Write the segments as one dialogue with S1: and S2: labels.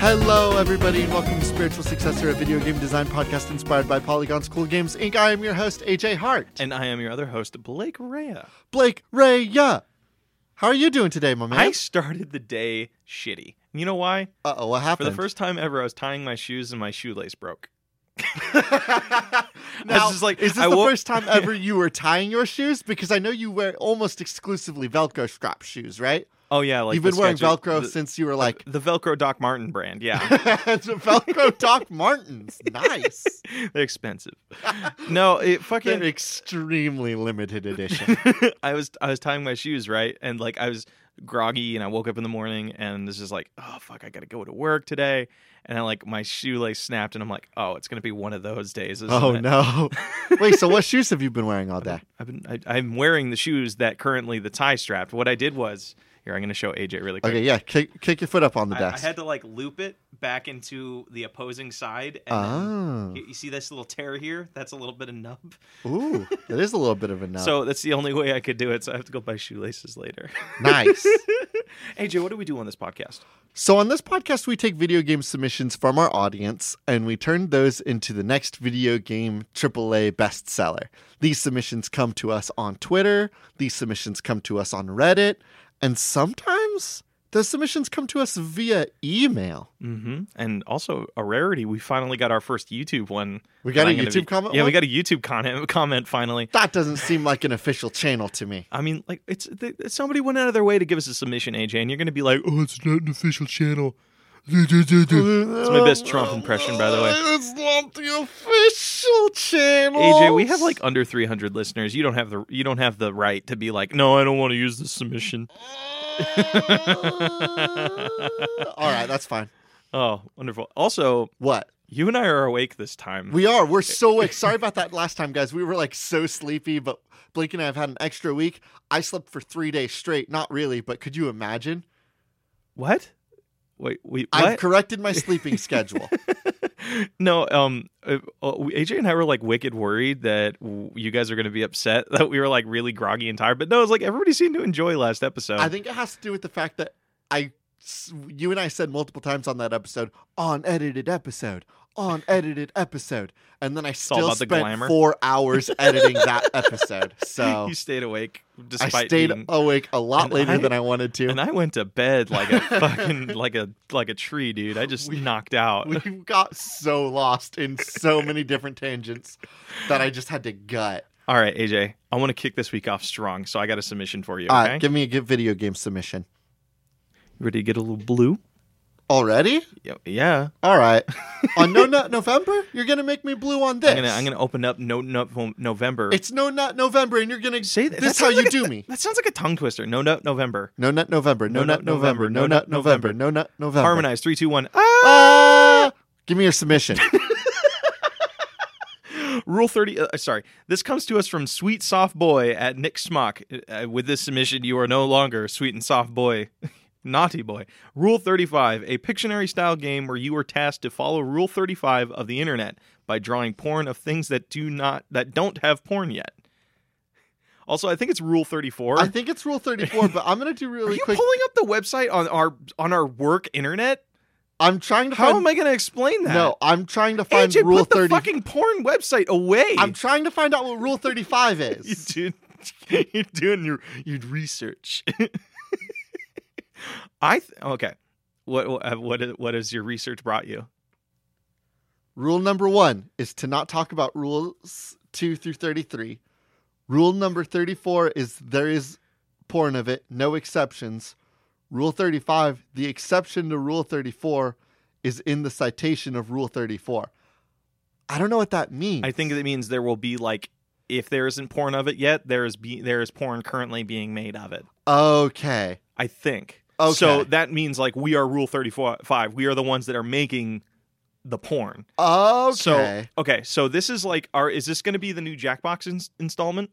S1: Hello, everybody, and welcome to Spiritual Successor, a video game design podcast inspired by Polygon's Cool Games Inc. I am your host, AJ Hart.
S2: And I am your other host, Blake Rea.
S1: Blake Raya. How are you doing today, my man?
S2: I started the day shitty. You know why?
S1: Uh oh, what
S2: For
S1: happened?
S2: the first time ever, I was tying my shoes and my shoelace broke. I
S1: now,
S2: was just like,
S1: is this
S2: I
S1: the
S2: wo-
S1: first time ever you were tying your shoes? Because I know you wear almost exclusively Velcro strap shoes, right?
S2: Oh yeah, like
S1: You've been
S2: the
S1: wearing
S2: sketchy-
S1: Velcro
S2: the-
S1: since you were like
S2: the Velcro Doc Martin brand. Yeah,
S1: It's a Velcro Doc Martens. Nice.
S2: they're expensive. No, it
S1: They're
S2: fucking.
S1: extremely limited edition.
S2: I was I was tying my shoes right, and like I was groggy, and I woke up in the morning, and this is like, oh fuck, I gotta go to work today, and I like my shoelace snapped, and I'm like, oh, it's gonna be one of those days. isn't
S1: oh
S2: it?
S1: no. Wait, so what shoes have you been wearing all day?
S2: I've been I, I'm wearing the shoes that currently the tie strapped. What I did was here I'm going to show AJ really quick.
S1: Okay, yeah, kick, kick your foot up on the
S3: I, I
S1: desk.
S3: had to like loop it back into the opposing side. And then-
S1: Oh.
S3: you, you see this little tear here? That's a little bit of nub.
S1: Ooh, that is a little bit of a nub.
S2: So that's the only way I could do it. So I have to go buy shoelaces later.
S1: nice.
S2: AJ, what do we do on this podcast?
S1: So, on this podcast, we take video game submissions from our audience and we turn those into the next video game AAA bestseller. These submissions come to us on Twitter, these submissions come to us on Reddit, and sometimes those submissions come to us via email.
S2: Mm-hmm. And also a rarity. We finally got our first YouTube one.
S1: We got
S2: And
S1: a
S2: I'm gonna
S1: YouTube comment
S2: Yeah,
S1: one?
S2: we got a YouTube comment comment finally.
S1: That doesn't seem like an official channel to me.
S2: I mean, like it's th- somebody went out of their way to give us a submission, AJ, and you're going to be like, "Oh, it's not an official channel."
S1: That's
S2: my best Trump impression, by the way.
S1: It's not the official channel.
S2: AJ, we have like under 300 listeners. You don't have the you don't have the right to be like, "No, I don't want to use this submission."
S1: All right, that's fine.
S2: Oh, wonderful. Also,
S1: What?
S2: you and I are awake this time.
S1: We are. We're so awake. Sorry about that last time, guys. We were like so sleepy, but Blake and I have had an extra week. I slept for three days straight. Not really, but could you imagine?
S2: what? Wait, wait,
S1: I've
S2: what?
S1: corrected my sleeping schedule.
S2: no, um uh, uh, AJ and I were like wicked worried that w- you guys are going to be upset that we were like really groggy and tired, but no, it's like everybody seemed to enjoy last episode.
S1: I think it has to do with the fact that I, s- you and I said multiple times on that episode, on edited episode, on edited episode, and then I
S2: all
S1: still
S2: about the
S1: spent
S2: glamour.
S1: four hours editing that episode. So
S2: you stayed awake
S1: I
S2: despite
S1: stayed
S2: being-
S1: awake a lot
S2: And
S1: later
S2: I-
S1: than I wanted to.
S2: and I went to bed like a fucking like a like a tree, dude. I just
S1: We-
S2: knocked out.
S1: we got so lost in so many different tangents that I just had to gut.
S2: All right, AJ, I want to kick this week off strong, so I got a submission for you.
S1: All
S2: Okay,
S1: right, Uh, give me a good video game submission.
S2: ready to get a little blue?
S1: Already?
S2: Yeah, yeah.
S1: All right. on No Nut November, you're gonna make me blue on this.
S2: I'm gonna I'm gonna open up no, no November.
S1: It's No Nut November, and you're gonna
S2: Say
S1: This
S2: that. that
S1: is how
S2: sounds
S1: you
S2: like a-
S1: do me.
S2: That sounds like a tongue twister. No nut November.
S1: No Nut November. No,
S2: No
S1: Nut
S2: Nut
S1: November. No Nut November. No Nut November.
S2: Harmonize three, two, one. Ah!
S1: Ah! Give me your submission.
S2: Rule thirty. Uh, sorry, this comes to us from Sweet Soft Boy at Nick Smock. Uh, with this submission, you are no longer sweet and soft boy. Naughty boy. Rule 35, a Pictionary style game where you are tasked to follow Rule 35 of the internet by drawing porn of things that do not that don't have porn yet. Also, I think it's Rule 34.
S1: I think it's Rule 34, but I'm gonna do
S2: Are
S1: really
S2: you
S1: quick.
S2: pulling up the website on our on our work internet?
S1: I'm trying to
S2: How
S1: find.
S2: am I going to explain that?
S1: No, I'm trying to find
S2: AJ,
S1: Rule
S2: put the
S1: 30.
S2: fucking porn website away.
S1: I'm trying to find out what Rule 35
S2: you
S1: is.
S2: dude, you're doing your your research. I th- okay. What what uh, what is- what has your research brought you?
S1: Rule number one is to not talk about rules two through 33. Rule number 34 is there is porn of it, no exceptions. Rule 35, the exception to Rule 34 is in the citation of Rule 34. I don't know what that means.
S2: I think that means there will be like if there isn't porn of it yet, there is be there is porn currently being made of it.
S1: Okay.
S2: I think.
S1: Okay.
S2: So that means like we are rule 35. We are the ones that are making the porn.
S1: Okay.
S2: So okay, so this is like our is this going to be the new Jackbox ins- installment?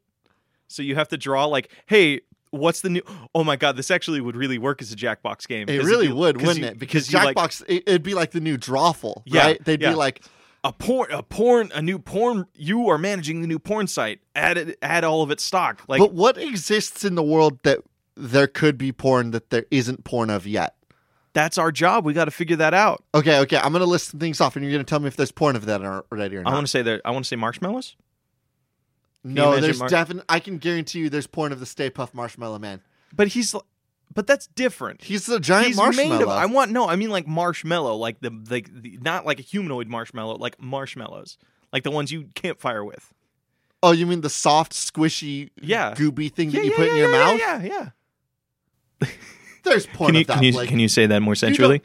S2: So you have to draw like, hey, what's the new? Oh my god, this actually would really work as a Jackbox game.
S1: it
S2: 'Cause
S1: really
S2: it'd be-
S1: would,
S2: 'cause
S1: wouldn't
S2: you-
S1: it? Because
S2: 'cause you, like,
S1: Jackbox, it, it'd be like the new Drawful,
S2: Yeah,
S1: right? They'd
S2: yeah.
S1: be like,
S2: a porn, a porn, a new porn. You are managing the new porn site. Add it, add all of its stock. Like
S1: but what exists in the world that there could be porn that there isn't porn of yet?
S2: That's our job. We got to figure that out.
S1: Okay, okay. I'm gonna list some things off, and you're gonna tell me if there's porn of that or- already or
S2: I
S1: not.
S2: want to say that. I want to say marshmallows. you
S1: no,
S2: imagine
S1: there's
S2: Mar-
S1: definitely. I can guarantee you, there's porn of the Stay Puff Marshmallow Man.
S2: But he's, l- but that's different.
S1: He's a giant
S2: he's
S1: marshmallow.
S2: made of. I want no. I mean like marshmallow, like the like the, not like a humanoid marshmallow, like marshmallows, like the ones you campfire with.
S1: oh, you mean the soft, squishy,
S2: Yeah.
S1: gooby thing
S2: yeah,
S1: that you
S2: yeah,
S1: put
S2: yeah,
S1: in your
S2: yeah,
S1: mouth?
S2: Yeah, yeah.
S1: There's porn
S2: Can you
S1: of that.
S2: can you
S1: Blake.
S2: can you say that more sensually?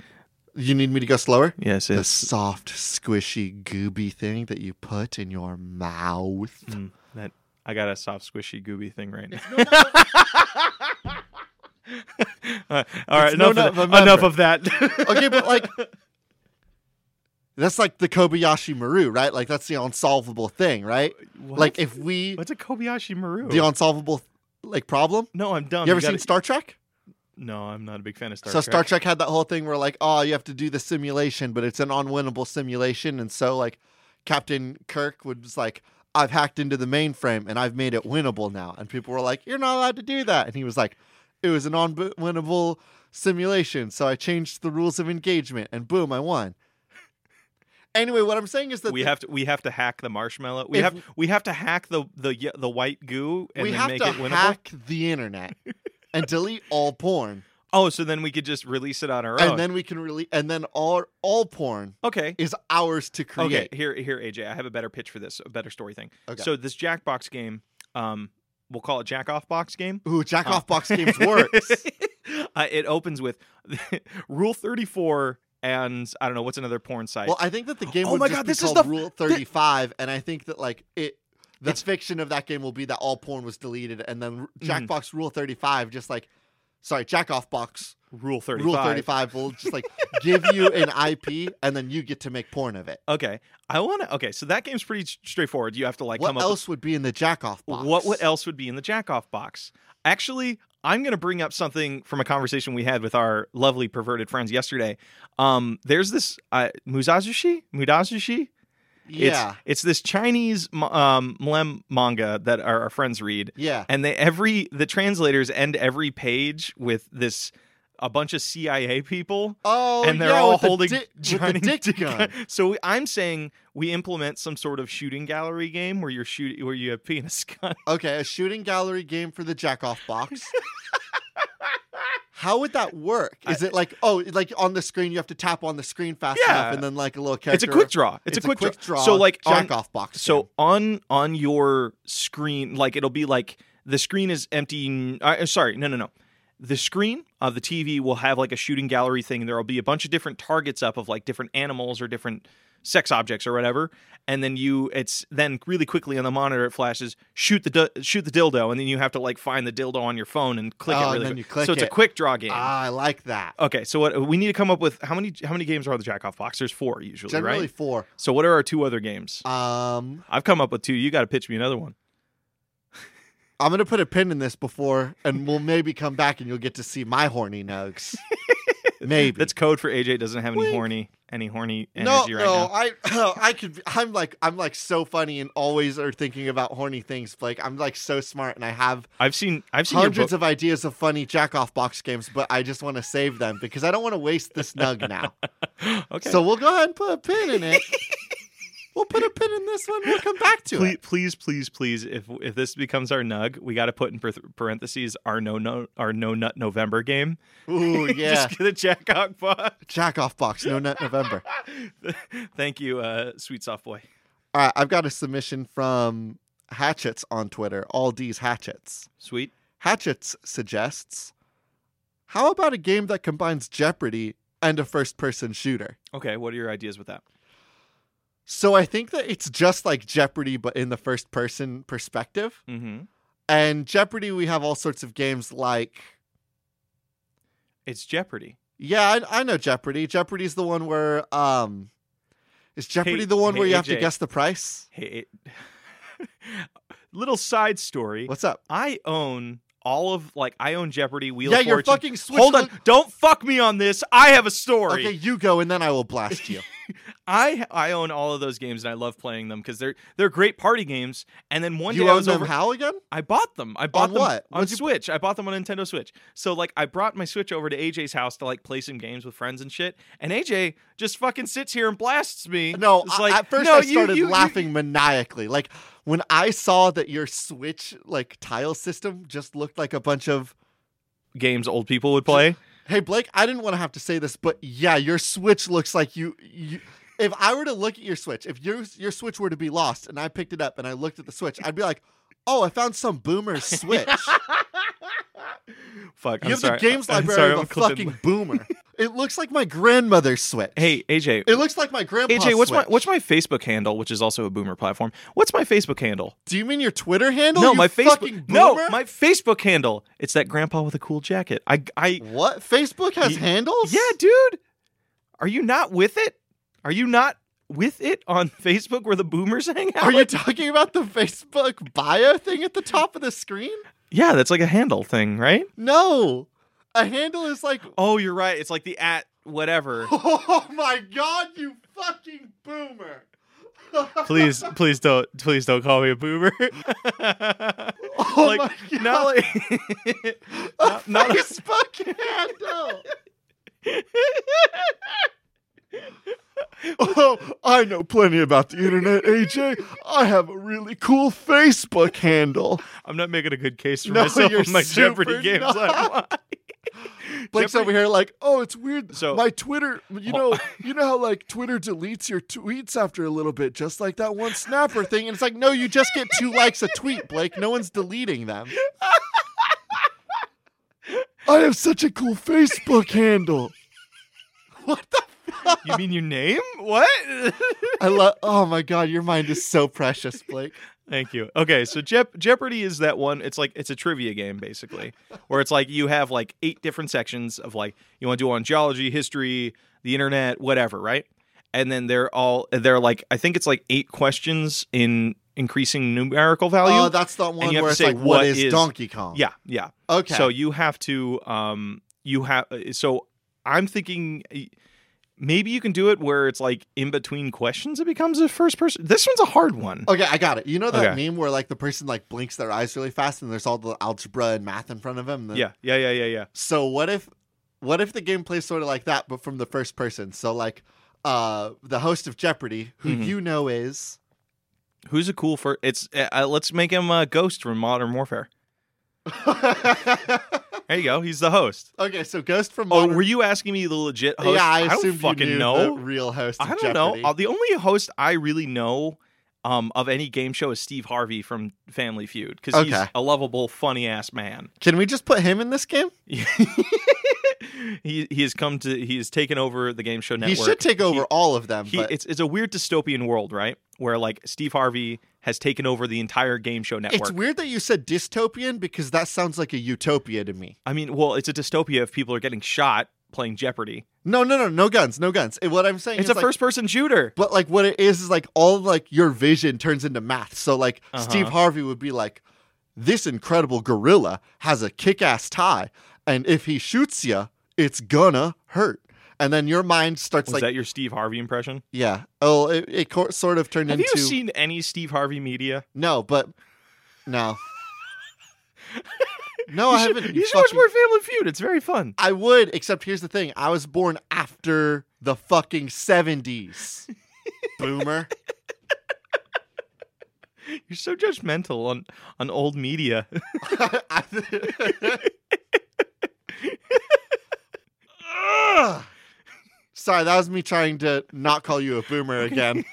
S1: You need me to go slower?
S2: Yes,
S1: The
S2: yes.
S1: soft, squishy, gooby thing that you put in your mouth.
S2: Mm, that I got a soft, squishy, gooby thing right now. Uh, all right,
S1: It's no nut
S2: enough, of, that- enough
S1: November.
S2: of that.
S1: Okay, but like that's like the Kobayashi Maru, right? Like that's the unsolvable thing, right?
S2: What?
S1: Like if we
S2: what's a Kobayashi Maru?
S1: the unsolvable like problem.
S2: no, I'm dumb.
S1: You ever
S2: Oh, gotta-
S1: seen Star Trek?
S2: No, I'm not a big fan of Star
S1: so
S2: Trek.
S1: Star Trek had that whole thing where like, oh, you have to do the simulation, but it's an unwinnable simulation, and so like Captain Kirk was like, I've hacked into the mainframe and I've made it winnable now, and people were like, you're not allowed to do that, and he was like, it was an unwinnable simulation, so I changed the rules of engagement, and boom, I won. Anyway, what I'm saying is that
S2: we
S1: the-
S2: have to we have to hack the marshmallow. We
S1: If-
S2: have we have to hack the the ye- the white goo and
S1: we
S2: then
S1: have
S2: make
S1: to
S2: it winnable.
S1: hack the internet and delete all porn,
S2: Oh, so then we could just release it on our own.
S1: and then we can really, and then all all porn
S2: okay.
S1: is ours to create.
S2: Okay, here here AJ, I have a better pitch for this, a better story thing.
S1: Okay.
S2: So this Jackbox game, um we'll call it Jack Off Box game.
S1: Ooh, jack
S2: Uh,
S1: off box games works.
S2: uh, it opens with Rule 34 and I don't know what's another porn site.
S1: Well, I think that the game
S2: Oh
S1: would
S2: my
S1: just
S2: God,
S1: be
S2: this is
S1: called
S2: the-
S1: Rule Thirty Five, and I think that like it, the fiction of that game will be that all porn was deleted, and then r-
S2: Mm-hmm.
S1: Jackbox Rule Thirty Five just like, sorry, Jack off box
S2: Rule 35.
S1: Rule Thirty Five will just like give you an IP, and then you get to make porn of it.
S2: Okay. I want to Okay, so that game's pretty s- straightforward. You have to like
S1: what
S2: come up
S1: else would be in the Jack off
S2: with
S1: box?
S2: what what else would be in the Jack Off box. Actually, I'm going to bring up something from a conversation we had with our lovely perverted friends yesterday. Um, there's this uh, Musazushi, Mudazushi,
S1: Yeah,
S2: It's, it's this Chinese mo- um, mlem manga that our, our friends read,
S1: yeah.
S2: and they every the translators end every page with this a bunch of CIA people,
S1: Oh,
S2: and they're
S1: yeah,
S2: all
S1: with the
S2: holding
S1: di- with the
S2: giant
S1: dick gun.
S2: So we, I'm saying we implement some sort of shooting gallery game where you're shoot where you have penis gun.
S1: Okay, a shooting gallery game for the jack off box. How would that work? Is it like oh, like on the screen you have to tap on the screen fast
S2: Yeah.
S1: enough, and then like a little
S2: It's
S1: character.
S2: a quick draw. It's, a quick, draw. So like on,
S1: jack off box.
S2: so
S1: game.
S2: on on your screen like it'll be like the screen is empty uh, sorry no no no the screen of the tv will have like a shooting gallery thing there'll be a bunch of different targets up of like different animals or different sex objects or whatever and then you it's then really quickly on the monitor it flashes shoot the di- shoot the dildo and then you have to like find the dildo on your phone and click
S1: Oh,
S2: it
S1: and
S2: really
S1: then
S2: quick.
S1: you click
S2: so it's a
S1: it.
S2: quick draw game
S1: ah, I like that.
S2: okay so what we need to come up with how many how many games are on the jack off box there's four usually
S1: Generally
S2: right
S1: four.
S2: so what are our two other games
S1: Um,
S2: I've come up with two. You got to pitch me another one.
S1: I'm gonna put a pin in this before, and we'll maybe come back, and you'll get to see my horny nugs. maybe
S2: That's code for AJ doesn't have any
S1: Wink.
S2: horny, any horny
S1: no,
S2: energy right
S1: no.
S2: now.
S1: I I could. be- I'm like I'm like so funny and always are thinking about horny things. Like I'm like so smart, and I have
S2: I've seen, I've seen your
S1: hundreds
S2: book.
S1: of ideas of funny jack off box games, but I just want to save them because I don't want to waste this nug now.
S2: okay.
S1: So we'll go ahead and put a pin in it. we'll put a pin in this one. We'll come back to
S2: please,
S1: it.
S2: please, please, please, if if this becomes our nug, we got to put in par- parentheses our no no our no nut November game.
S1: Ooh yeah,
S2: Just get a jack out box.
S1: jack off box. No nut November.
S2: Thank you, uh, sweet soft boy.
S1: All right, I've got a submission from Hatchets on Twitter. All D's Hatchets.
S2: Sweet.
S1: Hatchets suggests, how about a game that combines Jeopardy and a first-person shooter?
S2: Okay, what are your ideas with that?
S1: So I think that it's just like Jeopardy, but in the first-person perspective.
S2: Mm-hmm.
S1: And Jeopardy, we have all sorts of games like.
S2: It's Jeopardy.
S1: Yeah, I, I know Jeopardy. Jeopardy's the one where. um Is Jeopardy
S2: Hey-
S1: the one
S2: hey,
S1: where you have to
S2: AJ.
S1: guess the price?
S2: Hey, it... little side story.
S1: What's up?
S2: I own all of like I own Jeopardy, Wheel
S1: yeah,
S2: of
S1: you're
S2: Fortune.
S1: fucking switching.
S2: Hold on, don't fuck me on this. I have a story.
S1: Okay, you go, and then I will blast you.
S2: I I own all of those games and I love playing them because they're they're great party games. And then one
S1: you
S2: day I
S1: own
S2: was
S1: them
S2: over.
S1: how again?
S2: I bought them. I bought
S1: On
S2: them
S1: what?
S2: on
S1: What'd you-
S2: Switch. I bought them on Nintendo Switch. So like I brought my Switch over to AJ's house to like play some games with friends and shit. And AJ just fucking sits here and blasts me.
S1: No,
S2: it's
S1: I-
S2: like
S1: at first
S2: no,
S1: I
S2: you-
S1: started
S2: you- you-
S1: laughing maniacally. Like when I saw that your Switch like tile system just looked like a bunch of
S2: games old people would play.
S1: Hey Blake, I didn't want to have to say this, but yeah, your Switch looks like you. you if I were to look at your Switch, if your your Switch were to be lost, and I picked it up and I looked at the Switch, I'd be like, "Oh, I found some boomer Switch.
S2: Fuck,
S1: you
S2: I'm
S1: have
S2: sorry.
S1: the games
S2: I'm
S1: library
S2: sorry,
S1: of
S2: I'm
S1: a
S2: clipping.
S1: fucking boomer. It looks like my grandmother's Switch.
S2: Hey AJ,
S1: it looks like my grandpa's.
S2: AJ, what's my
S1: Switch.
S2: what's my Facebook handle, which is also a boomer platform? What's my Facebook handle?
S1: Do you mean your Twitter handle?
S2: no,
S1: you
S2: my
S1: fucking
S2: Facebook. No,
S1: boomer?
S2: my Facebook handle. It's that grandpa with a cool jacket. I I
S1: What? Facebook has
S2: Y-
S1: handles?
S2: Yeah, dude. Are you not with it? Are you not with it on Facebook where the boomers hang out?
S1: Are you talking about the Facebook bio thing at the top of the screen?
S2: yeah, that's like a handle thing, right?
S1: No. A handle is like
S2: Oh, you're right. It's like the at whatever.
S1: Oh my god, you fucking boomer.
S2: please, please don't, please don't call me a boomer.
S1: Oh
S2: like,
S1: my god.
S2: not like,
S1: a
S2: not- not-
S1: Facebook handle. Oh, I know plenty about the internet, AJ. I have a really cool Facebook handle.
S2: I'm not making a good case for
S1: No,
S2: myself
S1: you're
S2: on my
S1: super
S2: Jeopardy games.
S1: not.
S2: I don't-
S1: Blake's
S2: Jeopardy-
S1: over here like, oh, it's weird.
S2: So-
S1: my Twitter, you
S2: Oh.
S1: know, you know how like Twitter deletes your tweets after a little bit, just like that one snapper thing. And it's like, no, you just get two likes a tweet, Blake. No one's deleting them. I have such a cool Facebook handle. What the?
S2: you mean your name? What?
S1: I love. Oh my god, your mind is so precious, Blake.
S2: Thank you. Okay, so Jeop Jeopardy is that one. It's like it's a trivia game basically, where it's like you have like eight different sections of like you want to do on geology, history, the internet, whatever, right? And then they're all they're like I think it's like eight questions in increasing numerical value.
S1: Oh, that's the one
S2: you
S1: where
S2: have to
S1: it's
S2: say
S1: like, what
S2: what
S1: is,
S2: is-
S1: Donkey Kong?
S2: yeah, yeah.
S1: Okay.
S2: So you have to um you have so I'm thinking eh, maybe you can do it where it's like in between questions it becomes a first person. This one's a hard one.
S1: Okay, I got it. You know that
S2: Okay.
S1: meme where like the person like blinks their eyes really fast and there's all the algebra and math in front of him.
S2: Yeah, yeah, yeah, yeah, yeah.
S1: So what if what if the game plays sort of like that but from the first person? So like uh the host of Jeopardy, who
S2: Mhm.
S1: you know is
S2: Who's a cool for? It's uh, uh, let's make him a ghost from Modern Warfare. There you go. He's the host.
S1: Okay, so Ghost from
S2: Oh,
S1: Modern
S2: were you asking me the legit host?
S1: Yeah, I,
S2: don't
S1: assumed
S2: fucking
S1: you knew
S2: know.
S1: the real host of
S2: I don't
S1: Jeopardy.
S2: know. Uh, The only host I really know um, of any game show is Steve Harvey from Family Feud because he's
S1: Okay.
S2: a lovable, funny ass man.
S1: Can we just put him in this game?
S2: he he has come to he has taken over the game show network.
S1: He should take over
S2: He-
S1: all of them,
S2: He,
S1: but
S2: it's it's a weird dystopian world, right? Where like Steve Harvey has taken over the entire game show network.
S1: it's weird that you said dystopian because that sounds like a utopia to me.
S2: I mean, well, it's a dystopia if people are getting shot playing Jeopardy.
S1: No, no, no, no guns, no guns. And What I'm saying
S2: It's,
S1: is
S2: a
S1: like,
S2: first person shooter.
S1: But like what it is is like all of, like your vision turns into math. So like
S2: Uh-huh.
S1: Steve Harvey would be like, "This incredible gorilla has a kick-ass tie, and if he shoots you, it's gonna hurt." And then your mind starts
S2: Was
S1: like,
S2: that your Steve Harvey impression?
S1: "Yeah, oh, it, it co- sort of turned
S2: Have
S1: into
S2: you seen any Steve Harvey media?
S1: no, but no, no,
S2: you
S1: Oh, I
S2: should,
S1: haven't.
S2: You should watch
S1: fucking-
S2: more Family Feud. It's very fun.
S1: I would, except here's the thing: I was born after the fucking seventies, boomer."
S2: You're so judgmental on on old media.
S1: Ugh. Sorry, that was me trying to not call you a boomer again.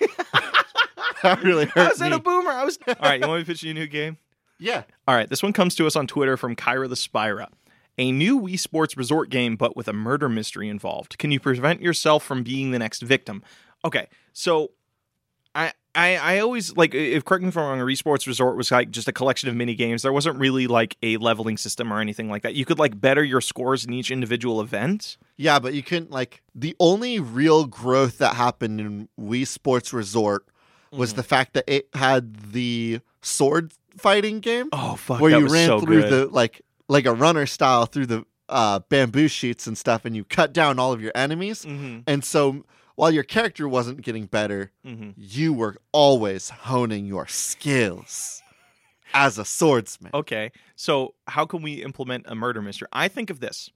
S1: that really
S2: I
S1: hurt
S2: was
S1: me.
S2: in a boomer. I was. All right, you want me to pitch you a new game?
S1: yeah.
S2: All right, this one comes to us on Twitter from Kyra the Spira. A new Wii Sports resort game, but with a murder mystery involved. Can you prevent yourself from being the next victim? Okay, so I I, I always like if correct me if I'm wrong. Wii Sports Resort was like just a collection of mini games. There wasn't really like a leveling system or anything like that. You could like better your scores in each individual event.
S1: Yeah, but you couldn't like the only real growth that happened in Wii Sports Resort was the fact that it had the sword fighting game
S2: oh fuck,
S1: where
S2: that
S1: you
S2: was
S1: ran
S2: so
S1: through
S2: good.
S1: the like like a runner style through the uh, bamboo shoots and stuff, and you cut down all of your enemies.
S2: Mm-hmm.
S1: And so while your character wasn't getting better,
S2: Mm-hmm.
S1: you were always honing your skills as a swordsman.
S2: Okay. So how can we implement a murder mystery? I think of this.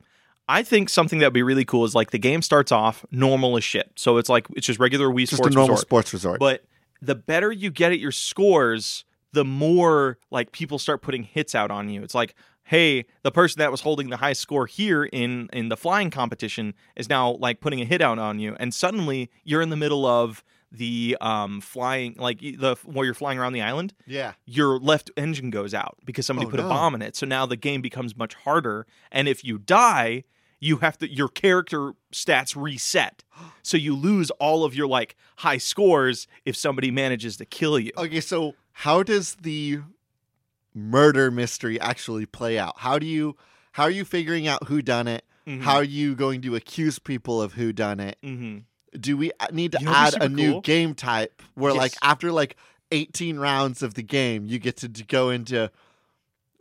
S2: I think something that would be really cool is like the game starts off normal as shit. So it's like it's just regular Wii
S1: Just a
S2: Sports
S1: normal
S2: Resort.
S1: sports resort.
S2: But the better you get at your scores, the more like people start putting hits out on you. It's like, hey, the person that was holding the high score here in in the flying competition is now like putting a hit out on you, and suddenly you're in the middle of the um flying like the where you're flying around the island
S1: yeah.
S2: your left engine goes out because somebody
S1: Oh,
S2: put a
S1: no.
S2: bomb in it. So now the game becomes much harder. And if you die, you have to your character stats reset. So you lose all of your like high scores if somebody manages to kill you.
S1: Okay, so how does the murder mystery actually play out? How do you how are you figuring out who done it?
S2: Mhm.
S1: How are you going to accuse people of who done it?
S2: Mhm.
S1: Do we a- need to
S2: You know what'd be
S1: add a
S2: super
S1: new
S2: cool?
S1: game type where like
S2: Yes.
S1: after like 18 rounds of the game, you get to d- go into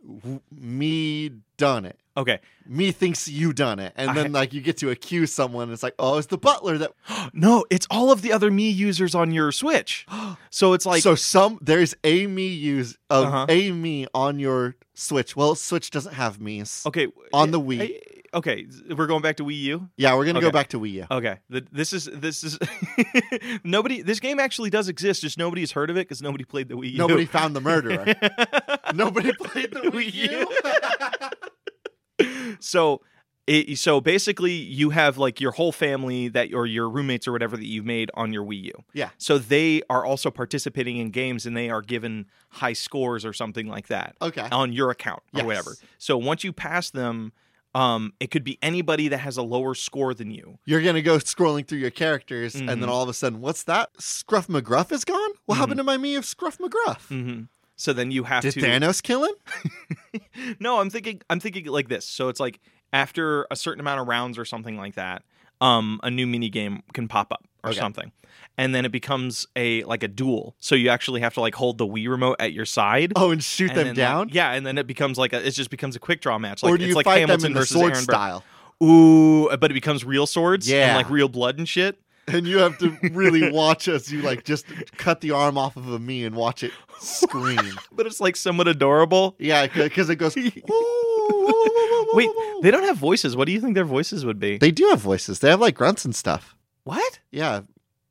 S1: w- me done it.
S2: Okay.
S1: Me thinks you done it. And
S2: I-
S1: then like you get to accuse someone. It's like, "Oh, it's the butler that
S2: No, it's all of the other me users on your Switch. So it's like
S1: so some there's a me use of
S2: Uh-huh.
S1: a me on your Switch. Well, Switch doesn't have me's.
S2: okay
S1: on the Wii.
S2: I- Okay, we're going back to Wii U.
S1: Yeah, we're gonna go
S2: Okay. Uh,
S1: back to Wii U.
S2: Okay, th- this is this is nobody. This game actually does exist, just nobody's heard of it because nobody played the Wii U.
S1: Nobody found the murderer. Nobody played the Wii
S2: Wii U.
S1: U.
S2: so it, so basically you have like your whole family that or your roommates or whatever that you've made on your Wii U.
S1: Yeah.
S2: So they are also participating in games and they are given high scores or something like that
S1: okay.
S2: on your account or
S1: Yes.
S2: whatever. So once you pass them um, it could be anybody that has a lower score than you.
S1: You're gonna go scrolling through your characters, and
S2: Mhm.
S1: then all of a sudden, what's that? Scruff McGruff is gone. What happened to my me of Scruff McGruff?
S2: Mm-hmm. So then you have
S1: Did
S2: to
S1: Thanos kill him?
S2: no, I'm thinking I'm thinking like this. So it's like after a certain amount of rounds or something like that, um, a new mini game can pop up or
S1: Okay.
S2: something, and then it becomes a like a duel. So you actually have to like hold the Wii remote at your side.
S1: Oh, and shoot
S2: and
S1: them
S2: then, like-
S1: down,
S2: yeah, and then it becomes like a, it just becomes a quick draw match. Like,
S1: or do
S2: it's
S1: you
S2: like
S1: fight
S2: Hamilton
S1: them in the
S2: versus
S1: sword
S2: Aaron Burr.
S1: style?
S2: Ooh, but it becomes real swords, and
S1: Yeah.
S2: like real blood and shit.
S1: And you have to really watch as you like just cut the arm off of a me and watch it scream.
S2: But it's like somewhat adorable.
S1: yeah, because it goes.
S2: Wait,
S1: Wait,
S2: they don't have voices. What do you think their voices would be?
S1: They do have voices. They have like grunts and stuff.
S2: what? Oh.
S1: Yeah,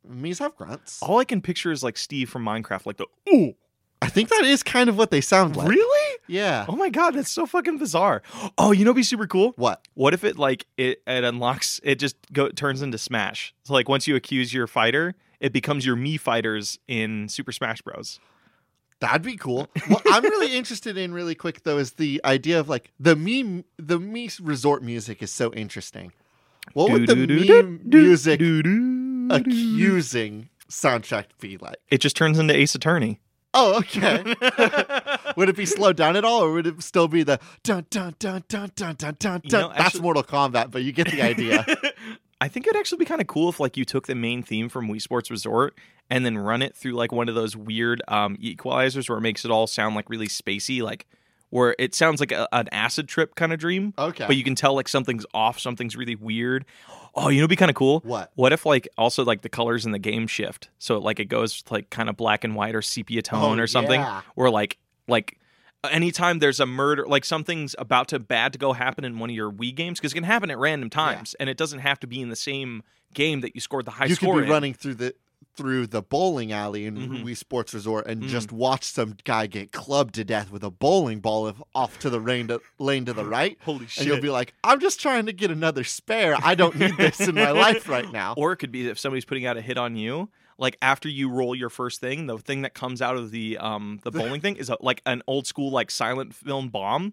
S1: me's have grunts.
S2: All I can picture is like Steve from Minecraft, like the ooh.
S1: I think that is kind of what they sound like.
S2: Really?
S1: Yeah.
S2: Oh my god, that's so fucking bizarre. Oh, you know, what'd be super cool.
S1: What?
S2: What if it like it, it unlocks? It just go turns into Smash. So like once you accuse your fighter, it becomes your me fighters in Super Smash Bros.
S1: That'd be cool. What I'm really interested in, really quick though, is the idea of like the me the me resort music is so interesting. What would the me music
S2: accuse?
S1: accusing soundtrack be like?
S2: It just turns into Ace Attorney.
S1: Oh, okay. Would it be slowed down at all, or would it still be the dun dun dun dun dun dun dun?
S2: You know,
S1: dun? That's
S2: actually-
S1: Mortal Kombat, but you get the idea.
S2: I think it'd actually be kind of cool if like you took the main theme from Wii Sports Resort and then run it through like one of those weird um, equalizers where it makes it all sound like really spacey, like where it sounds like a, an acid trip kind of dream,
S1: Okay.
S2: but you can tell like something's off, something's really weird. Oh, you know, it'd be kind of cool.
S1: what?
S2: What if like also like the colors in the game shift, so like it goes like kind of black and white or sepia tone
S1: Oh,
S2: or something,
S1: yeah.
S2: or like like anytime there's a murder, like something's about to bad to go happen in one of your Wii games because it can happen at random times, and it doesn't have to be in the same game that you scored the high
S1: you
S2: score
S1: could be
S2: in.
S1: running through the through the bowling alley in
S2: Mhm.
S1: Wii Sports Resort and
S2: Mhm.
S1: just watch some guy get clubbed to death with a bowling ball of, off to the lane to, lane to the right,
S2: Holy
S1: and you'll be like, "I'm just trying to get another spare. I don't need this in my life right now."
S2: Or it could be if somebody's putting out a hit on you, like after you roll your first thing, the thing that comes out of the um the bowling thing is a, like an old school like silent film bomb,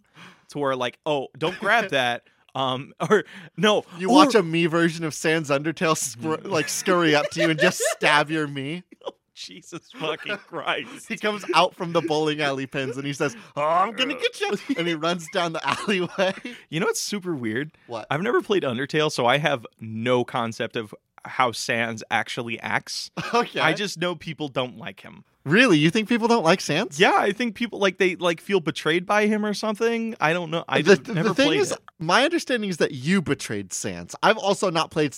S2: to where like oh don't grab that. Um, or no,
S1: You
S2: or- Mm.
S1: watch a me version of Sans Undertale scr- like scurry up to you and just stab your me.
S2: Jesus fucking Christ.
S1: He comes out from the bowling alley pins and he says, "Oh, I'm gonna get you!" And he runs down the alleyway.
S2: You know what's super weird?
S1: What?
S2: I've never played Undertale, so I have no concept of how Sans actually acts.
S1: Okay.
S2: I just know people don't like him.
S1: really, you think people don't like Sans?
S2: Yeah, I think people like they like feel betrayed by him or something. I don't know. I
S1: the,
S2: just
S1: the
S2: never
S1: thing
S2: played
S1: is,
S2: it.
S1: my understanding is that you betrayed Sans. I've also not played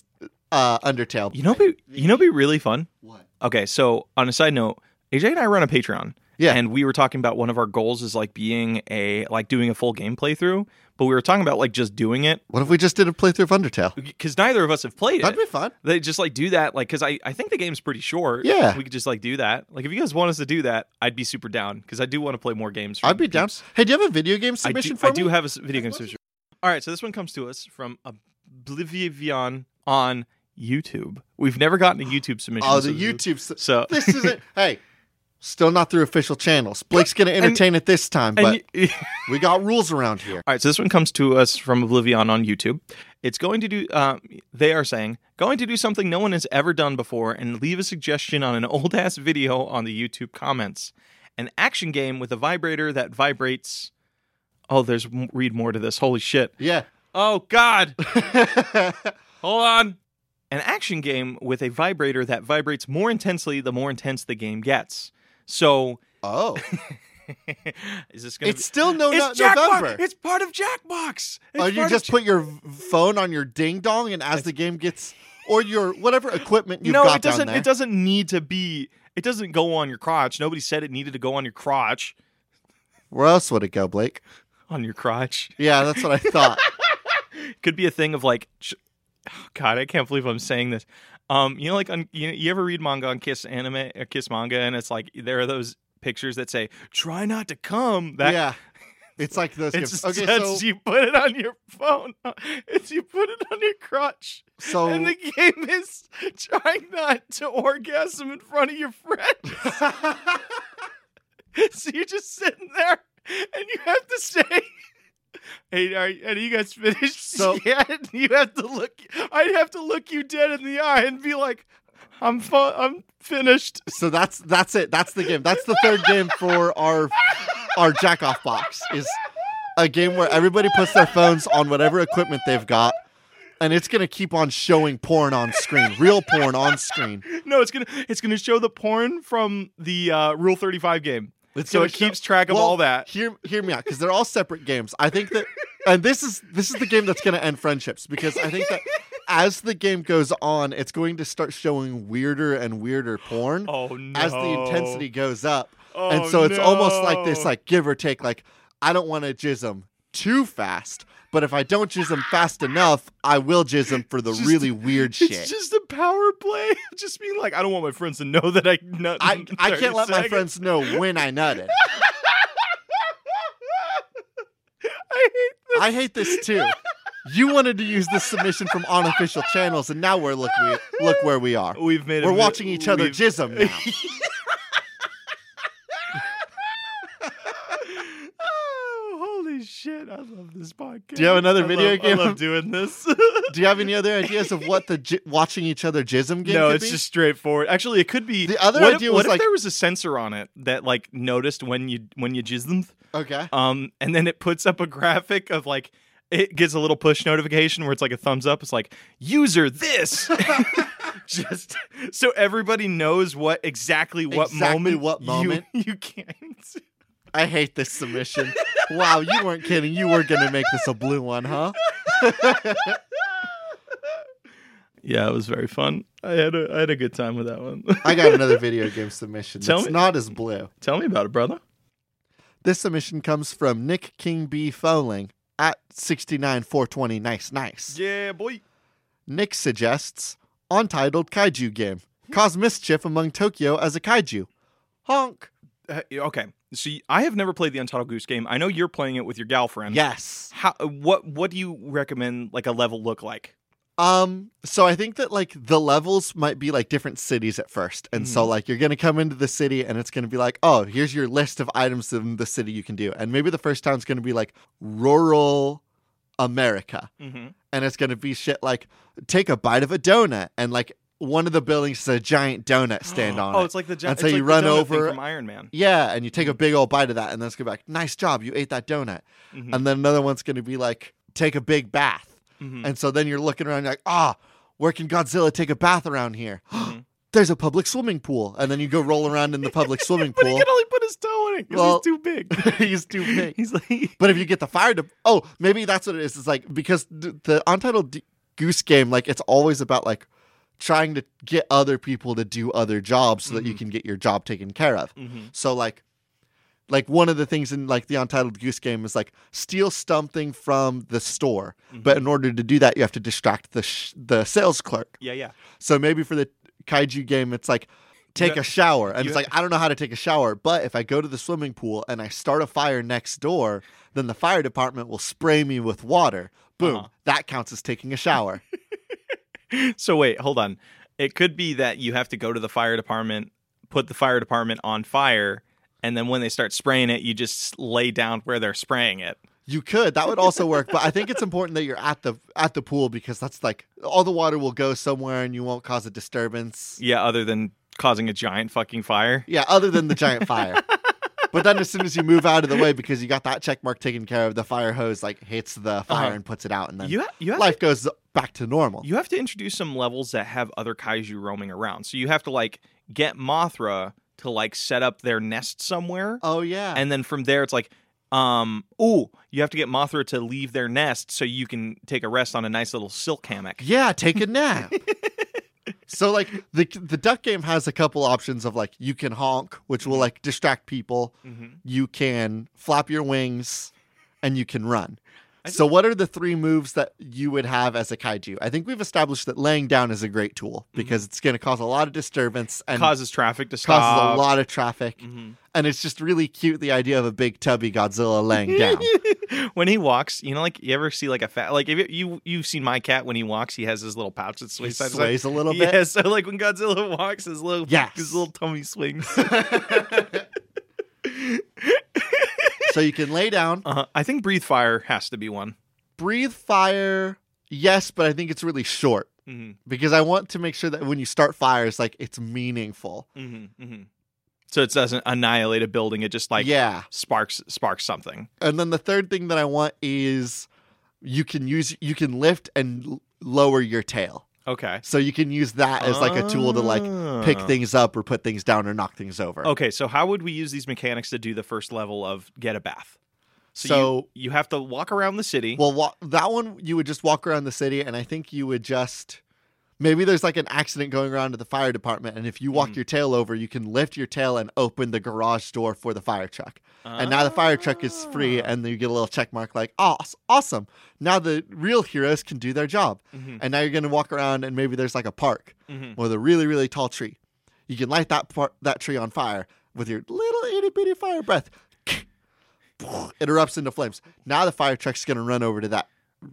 S1: uh, Undertale.
S2: You know, be you know, be really fun.
S1: what?
S2: Okay, so on a side note, AJ and I run a Patreon.
S1: Yeah.
S2: And we were talking about one of our goals is like being a like doing a full game playthrough, but we were talking about like just doing it
S1: What if we just did a playthrough of Undertale?
S2: because neither of us have played it.
S1: That'd be fun.
S2: They just like do that like because I I think the game's pretty short.
S1: Yeah.
S2: We could just like do that. Like if you guys want us to do that, I'd be super down because I do want to play more games. from
S1: I'd be down.
S2: Peeps.
S1: Hey, do you have a video game
S2: I
S1: submission
S2: do,
S1: for
S2: I
S1: me?
S2: do have a s- video game
S1: what's
S2: submission. All right, so this one comes to us from Oblivion on YouTube. We've never gotten a YouTube submission.
S1: oh,
S2: so
S1: the
S2: this is-
S1: YouTube. Su-
S2: So
S1: this isn't. hey, still not through official channels. Blake's gonna entertain it this time, but
S2: and you-
S1: we got rules around here.
S2: All right, so this one comes to us from Oblivion on YouTube. It's going to do, uh, they are saying, going to do something no one has ever done before and leave a suggestion on an old ass video on the YouTube comments. An action game with a vibrator that vibrates. Oh, there's m- read more to this. Holy shit.
S1: Yeah.
S2: Oh, God. Hold on. An action game with a vibrator that vibrates more intensely the more intense the game gets. So,
S1: oh,
S2: is this going to
S1: it's still no, Oh, no November.
S2: It's part of Jackbox. It's
S1: Or you
S2: part of
S1: just put your v- phone on your ding dong, and as the game gets, or your whatever equipment you've
S2: no,
S1: got
S2: it doesn't.
S1: down there.
S2: It doesn't need to be. It doesn't go on your crotch. Nobody said it needed to go on your crotch.
S1: Where else would it go, Blake?
S2: On your crotch
S1: Yeah, that's what I thought.
S2: could be a thing of like, ch- oh God, I can't believe I'm saying this. Um, you know, like on, you, you ever read manga on Kiss anime, or Kiss manga, and it's like there are those pictures that say "try not to come." That
S1: yeah, it's like those.
S2: it's
S1: Games. Okay, so,
S2: that's- you put it on your phone. It's you put it on your crotch,
S1: so
S2: and the game is trying not to orgasm in front of your friend. so you're just sitting there and you have to say Hey, are, are you guys finished
S1: So-
S2: yet? You have to look. I'd have to look you dead in the eye and be like, "I'm fu- I'm finished."
S1: so that's that's it. That's the game. That's the third game for our our jack off box is a game where everybody puts their phones on whatever equipment they've got, and it's gonna keep on showing porn on screen, real porn on screen.
S2: No, it's gonna it's gonna show the porn from the uh, Rule Thirty Five game,
S1: It's
S2: so
S1: gonna
S2: it
S1: show-
S2: keeps track of
S1: Well,
S2: all that.
S1: Hear hear me out, because they're all separate games. I think that, and this is this is the game that's going to end friendships because I think that as the game goes on, it's going to start showing weirder and weirder porn
S2: Oh no!
S1: as the intensity goes up,
S2: Oh,
S1: and so it's almost like this,
S2: no.
S1: like give or take. Like I don't want to jizz 'em too fast, but if I don't jizz 'em fast enough, I will jizz 'em for the
S2: Just-
S1: really weird shit.
S2: It's just a power play. Just being like, I don't want my friends to know that I nut.
S1: I
S2: in
S1: I
S2: 30
S1: can't let my
S2: seconds.
S1: friends know when I nutted.
S2: I hate this.
S1: I hate this too. You wanted to use this submission from unofficial channels, and now we're look we, look where we are.
S2: We've made. a
S1: We're
S2: vi-
S1: watching each other
S2: we've-
S1: jism now.
S2: oh, holy shit! I love this podcast.
S1: Do you have another
S2: I
S1: video
S2: love-
S1: game?
S2: I love doing this.
S1: Do you have any other ideas of what the j- watching each other jism game?
S2: no,
S1: could
S2: it's
S1: be?
S2: just straightforward. Actually, it could be
S1: The other
S2: what
S1: idea
S2: if,
S1: was
S2: what if
S1: like-
S2: there was a sensor on it that like noticed when you when you jizzed.
S1: okay.
S2: Um, and then it puts up a graphic of like it gets a little push notification where it's like a thumbs up. It's like user this. Just so everybody knows what exactly what
S1: Exactly
S2: moment
S1: what
S2: you-
S1: moment.
S2: you, can't.
S1: I hate this submission. wow, you weren't kidding. You were gonna make this a blue one, huh?
S2: Yeah, it was very fun. I had a I had a good time with that one.
S1: I got another video game submission.
S2: Tell
S1: that's
S2: me-
S1: not as blue.
S2: Tell me about it, brother.
S1: This submission comes from Nick King B Foling at sixty nine four twenty. Nice, nice.
S2: Yeah, boy.
S1: Nick suggests untitled kaiju game. Cause mischief among Tokyo as a kaiju. Honk.
S2: Uh, okay, so y- I have never played the Untitled Goose Game. I know you're playing it with your gal friend.
S1: Yes.
S2: How? uh, What? What do you recommend? Like a level look like?
S1: Um so I think that like the levels might be like different cities at first. And so
S2: Mhm.
S1: like you're going to come into the city and it's going to be like, "Oh, here's your list of items in the city you can do." And maybe the first town's going to be like rural America.
S2: Mm-hmm.
S1: and it's going to be shit like take a bite of a donut and like one of the buildings is a giant donut stand on
S2: Oh,
S1: it.
S2: it's like the
S1: And
S2: giant.
S1: so you run over-
S2: from Iron Man.
S1: Yeah, and you take a big old bite of that and then it's going to be like, "Nice job, you ate that donut."
S2: Mhm.
S1: And then another one's going to be like, "Take a big bath."
S2: Mhm.
S1: And so then you're looking around you're like, "Ah, where can Godzilla take a bath around here?"
S2: Mhm.
S1: There's a public swimming pool. And then you go roll around in the public swimming
S2: But he
S1: pool.
S2: can only put his toe in doing? 'Cause
S1: Well-
S2: he's too big.
S1: he's too big.
S2: He's like,
S1: But if you get the fire to oh, maybe that's what it is. It's like because th- the Untitled D- Goose Game, like it's always about like trying to get other people to do other jobs so that you
S2: Mhm.
S1: can get your job taken care of.
S2: Mhm.
S1: So like, like one of the things in like the Untitled Goose Game is like steal something from the store, but in order to do that, you have to distract the sh- the sales clerk.
S2: yeah, yeah.
S1: So maybe for the kaiju game, it's like take
S2: Yeah.
S1: a shower, and
S2: You-
S1: it's like I don't know how to take a shower, but if I go to the swimming pool and I start a fire next door, then the fire department will spray me with water. Boom,
S2: Uh-huh.
S1: that counts as taking a shower.
S2: So wait, hold on. It could be that you have to go to the fire department, put the fire department on fire, and then when they start spraying it, you just lay down where they're spraying it.
S1: you could that would also work, but I think it's important that you're at the at the pool because that's like all the water will go somewhere and you won't cause a disturbance.
S2: Yeah, other than causing a giant fucking fire.
S1: Yeah, other than the giant fire. But then, as soon as you move out of the way because you got that check mark taken care of, the fire hose like hits the fire
S2: Uh-huh.
S1: and puts it out, and then
S2: You ha- you have
S1: life goes back to normal.
S2: you have to introduce some levels that have other kaiju roaming around. So you have to like get Mothra to like set up their nest somewhere,
S1: Oh yeah.
S2: and then from there it's like, um, ooh, you have to get Mothra to leave their nest so you can take a rest on a nice little silk hammock.
S1: yeah, take a nap. so like the the duck game has a couple options of like you can honk, which will like distract people.
S2: Mhm.
S1: You can flap your wings, and you can run.
S2: I
S1: So what are the three moves that you would have as a kaiju? I think we've established that laying down is a great tool because it's going to cause a lot of disturbance and
S2: Causes traffic to stop.
S1: causes a lot of traffic.
S2: Mhm.
S1: And it's just really cute the idea of a big tubby Godzilla laying down.
S2: when he walks, you know, like you ever see like a fat like if you, you you've seen my cat when he walks, he has his little pouch that
S1: He
S2: sways side to side.
S1: sways a little bit.
S2: Yeah, so like when Godzilla walks, his little
S1: Yes.
S2: his little tummy swings.
S1: so you can lay down,
S2: Uh, I think breathe fire has to be one.
S1: breathe fire. Yes, but I think it's really short
S2: Mm-hmm,
S1: because I want to make sure that when you start fires, like it's meaningful.
S2: mm-hmm, mm-hmm. So it doesn't annihilate a building; it just like
S1: yeah.
S2: sparks sparks something.
S1: And then the third thing that I want is you can use you can lift and l- lower your tail.
S2: Okay,
S1: So you can use that as like a tool to like pick
S2: Ah.
S1: things up or put things down or knock things over.
S2: Okay, so how would we use these mechanics to do the first level of get a bath? So,
S1: So-
S2: you, you have to walk around the city.
S1: Well, wa- that one you would just walk around the city, and I think you would just maybe there's like an accident going around to the fire department, and if you walk
S2: Mhm.
S1: your tail over, you can lift your tail and open the garage door for the fire truck. And now the fire truck is
S2: Ah.
S1: free, and you get a little check mark like, oh, awesome! Now the real heroes can do their job,
S2: hmm
S1: and now you're gonna walk around, and maybe there's like a park
S2: hmm
S1: with a really really tall tree. You can light that par- that tree on fire with your little itty bitty fire breath. It erupts into flames. Now the fire truck's gonna run over to that.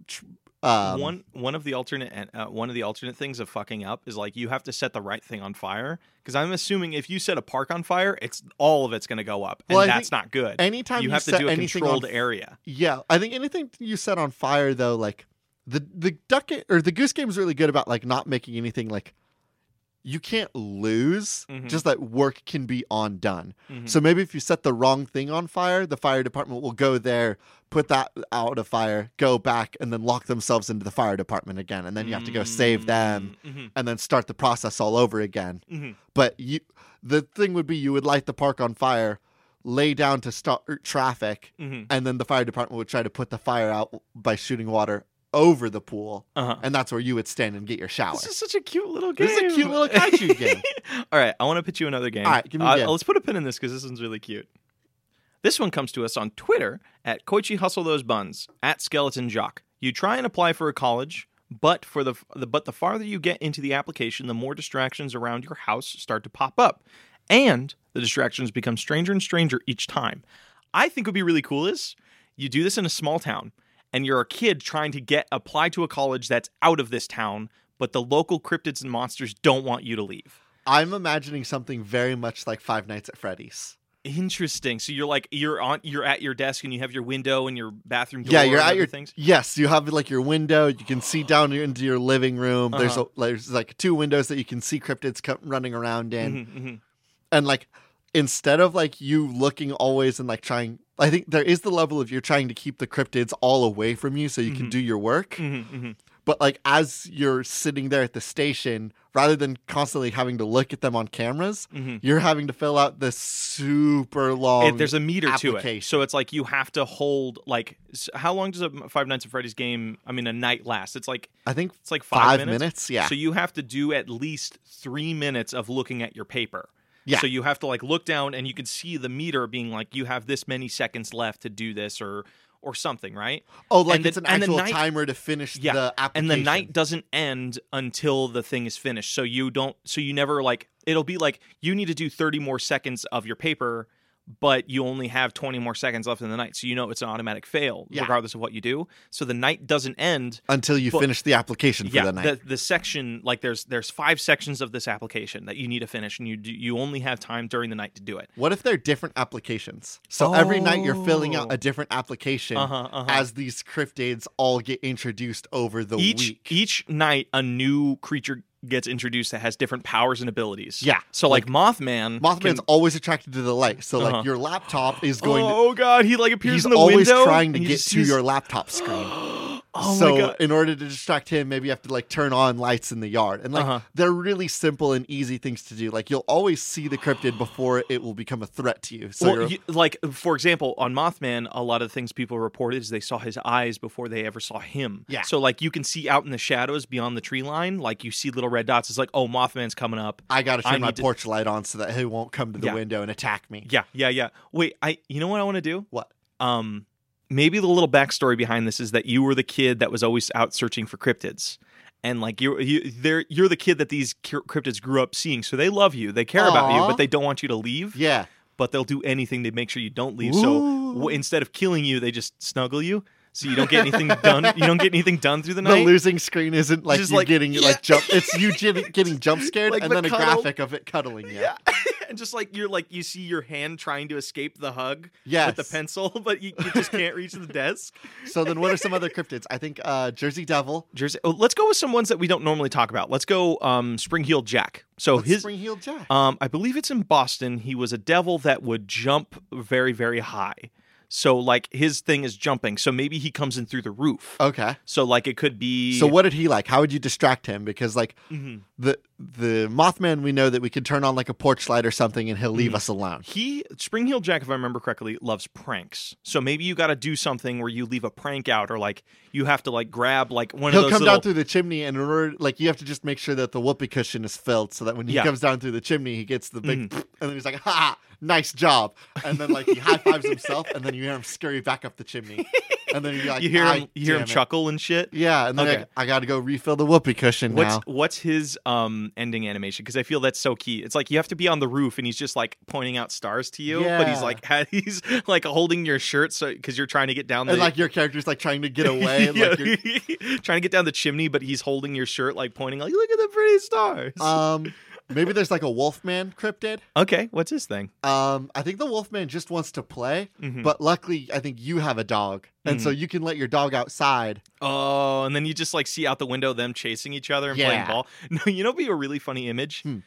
S1: tr- Um,
S2: Mm-hmm. one one of the alternate and, uh, one of the alternate things of fucking up is like you have to set the right thing on fire because I'm assuming if you set a park on fire, it's all of it's going to go up, and
S1: Well, I
S2: that's
S1: think
S2: not good.
S1: Anytime you,
S2: you have
S1: set
S2: to do a
S1: anything
S2: controlled
S1: on,
S2: area.
S1: yeah, I think anything you set on fire though, like the the duck ga- or the goose game is really good about like not making anything like you can't lose.
S2: Mhm.
S1: Just that work can be undone.
S2: Mm-hmm.
S1: So maybe if you set the wrong thing on fire, the fire department will go there, put that out of fire, go back, and then lock themselves into the fire department again. And then you have to go save them
S2: Mhm,
S1: and then start the process all over again.
S2: mhm,
S1: But you, the thing would be you would light the park on fire, lay down to start traffic,
S2: mhm.
S1: and then the fire department would try to put the fire out by shooting water over the pool.
S2: Uh-huh.
S1: And that's where you would stand and get your shower.
S2: This is such a cute little game.
S1: This is a cute little kaiju game.
S2: All right, I want to pitch you another game.
S1: All right, give me a
S2: Uh,
S1: game.
S2: Let's put a pin in this because this one's really cute. This one comes to us on Twitter at Koichi Hustle Those Buns at Skeleton Jock. You try and apply for a college, but for the, the but the farther you get into the application, the more distractions around your house start to pop up, and the distractions become stranger and stranger each time. I think would be really cool is you do this in a small town, and you're a kid trying to get apply to a college that's out of this town, but the local cryptids and monsters don't want you to leave.
S1: I'm imagining something very much like Five Nights at Freddy's.
S2: Interesting. So you're like you're on you're at your desk and you have your window and your bathroom door.
S1: Yeah, you're
S2: and
S1: at your
S2: things.
S1: Yes, you have like your window. You can see down into your living room.
S2: Uh-huh.
S1: There's a, there's like two windows that you can see cryptids co- running around in,
S2: Mhm,
S1: and like instead of like you looking always and like trying, I think there is the level of you're trying to keep the cryptids all away from you so you
S2: Mhm.
S1: can do your work.
S2: mhm, mhm, mhm.
S1: but like as you're sitting there at the station, rather than constantly having to look at them on cameras,
S2: Mhm.
S1: you're having to fill out this super long.
S2: It- there's a meter to it,
S1: Oh, application.
S2: so it's like you have to hold like s- how long does a Five Nights at Freddy's game? I mean, a night last? It's like
S1: I think
S2: it's like
S1: five,
S2: five,
S1: minutes? Yeah,
S2: So you have to do at least three minutes of looking at your paper.
S1: Yeah.
S2: So you have to like look down and you can see the meter being like, you have this many seconds left to do this or or something, right?
S1: oh, like
S2: and
S1: it's
S2: the-
S1: an
S2: and the
S1: actual
S2: night-
S1: timer to finish
S2: Yeah,
S1: the
S2: And
S1: application.
S2: the night doesn't end until the thing is finished. So you don't so you never like it'll be like you need to do 30 more seconds of your paper, but you only have 20 more seconds left in the night. So you know it's an automatic fail
S1: Yeah.
S2: regardless of what you do. So the night doesn't end
S1: until you
S2: but-
S1: finish the application for the night.
S2: The, section like there's there's five sections of this application that you need to finish, and you do, you only have time during the night to do it.
S1: What if they're different applications? So every night you're filling out
S2: Oh.
S1: a different application
S2: Uh huh. Uh-huh.
S1: as these cryptids all get introduced over the
S2: each
S1: week.
S2: each night, a new creature gets introduced that has different powers and abilities.
S1: Yeah,
S2: So like, Mothman.
S1: Mothman's
S2: can-
S1: always attracted to the light. So
S2: Uh-huh.
S1: like your laptop is going to
S2: oh God, he like appears
S1: he's
S2: in the
S1: always
S2: window.
S1: trying to
S2: and you
S1: get
S2: just
S1: to
S2: see
S1: your
S2: his-
S1: laptop screen.
S2: oh
S1: so
S2: my God.
S1: in order to distract him, maybe you have to like turn on lights in the yard. And like
S2: Uh-huh.
S1: they're really simple and easy things to do. Like you'll always see the cryptid before it will become a threat to you. So
S2: well,
S1: you're-
S2: you, like for example, on Mothman, a lot of the things people reported is they saw his eyes before they ever saw him.
S1: Yeah.
S2: So like you can see out in the shadows beyond the tree line, like you see little red dots. It's like, oh, Mothman's coming up.
S1: I gotta
S2: I
S1: turn my
S2: need to-
S1: porch light on so that he won't come to the
S2: Yeah.
S1: window and attack me.
S2: Yeah, yeah, yeah. Wait, I. You know what I want to do?
S1: What?
S2: Um, maybe the little backstory behind this is that you were the kid that was always out searching for cryptids, and like you, you, they're you're the kid that these cr- cryptids grew up seeing. So they love you, they care about you,
S1: Aw.
S2: but they don't want you to leave.
S1: Yeah.
S2: But they'll do anything to make sure you don't leave. So w-
S1: Ooh.
S2: instead of killing you, they just snuggle you, so you don't get anything done. You don't get anything done through the
S1: the
S2: night.
S1: losing screen isn't like
S2: Just
S1: you
S2: like,
S1: getting
S2: yeah.
S1: like jump. It's you gi- getting jump scared
S2: Like
S1: and
S2: the
S1: then a
S2: cuddle.
S1: graphic of it cuddling you.
S2: yeah. and just like you're like you see your hand trying to escape the hug
S1: Yes.
S2: with the pencil, but you, you just can't reach the desk.
S1: So then, what are some other cryptids? I think uh, Jersey Devil,
S2: Jersey. Oh, let's go with some ones that we don't normally talk about. Let's go um, Spring-Heeled Jack. So Oh, his,
S1: Spring Heeled Jack.
S2: um, I believe it's in Boston. He was a devil that would jump very, very high. So like his thing is jumping. So maybe he comes in through the roof.
S1: okay.
S2: So like it could be.
S1: Oh. So what did he like? How would you distract him? Because like
S2: Mhm.
S1: the the Mothman, we know that we can turn on like a porch light or something, and he'll leave
S2: Mm-hmm.
S1: us alone.
S2: He Springheel Jack, if I remember correctly, loves pranks. So maybe you got to do something where you leave a prank out, or like you have to like grab like one
S1: He'll
S2: of those
S1: come
S2: little,
S1: down through the chimney, and in order, like you have to just make sure that the whoopee cushion is filled, so that when he
S2: Yeah. Mm-hmm.
S1: comes down through the chimney, he gets the big, and then he's like, "Ha, nice job!" And then like he high fives himself, and then you hear him scurry back up the chimney, and then you're like,
S2: you hear him,
S1: "Ay,
S2: you hear him
S1: damn it."
S2: chuckle and shit.
S1: Yeah, and then
S2: Okay.
S1: I, I got to go refill the whoopee cushion
S2: What's
S1: now.
S2: what's his um ending animation? Because I feel that's so key. It's like you have to be on the roof, and he's just like pointing out stars to you, but he's
S1: Yeah.
S2: like he's like holding your shirt so because you're trying to get down the
S1: And like your character's like trying to get away. and,
S2: Yeah.
S1: like, you're-
S2: trying to get down the chimney, but he's holding your shirt, like pointing like look at the pretty stars.
S1: um, maybe there's like a Wolfman cryptid.
S2: okay, what's his thing?
S1: Um, I think the Wolfman just wants to play,
S2: Mhm.
S1: but luckily, I think you have a dog, and
S2: Hmm.
S1: so you can let your dog outside.
S2: Oh, and then you just like see out the window them chasing each other and playing
S1: Yeah.
S2: ball. No, you know, what'd be a really funny image.
S1: Hmm.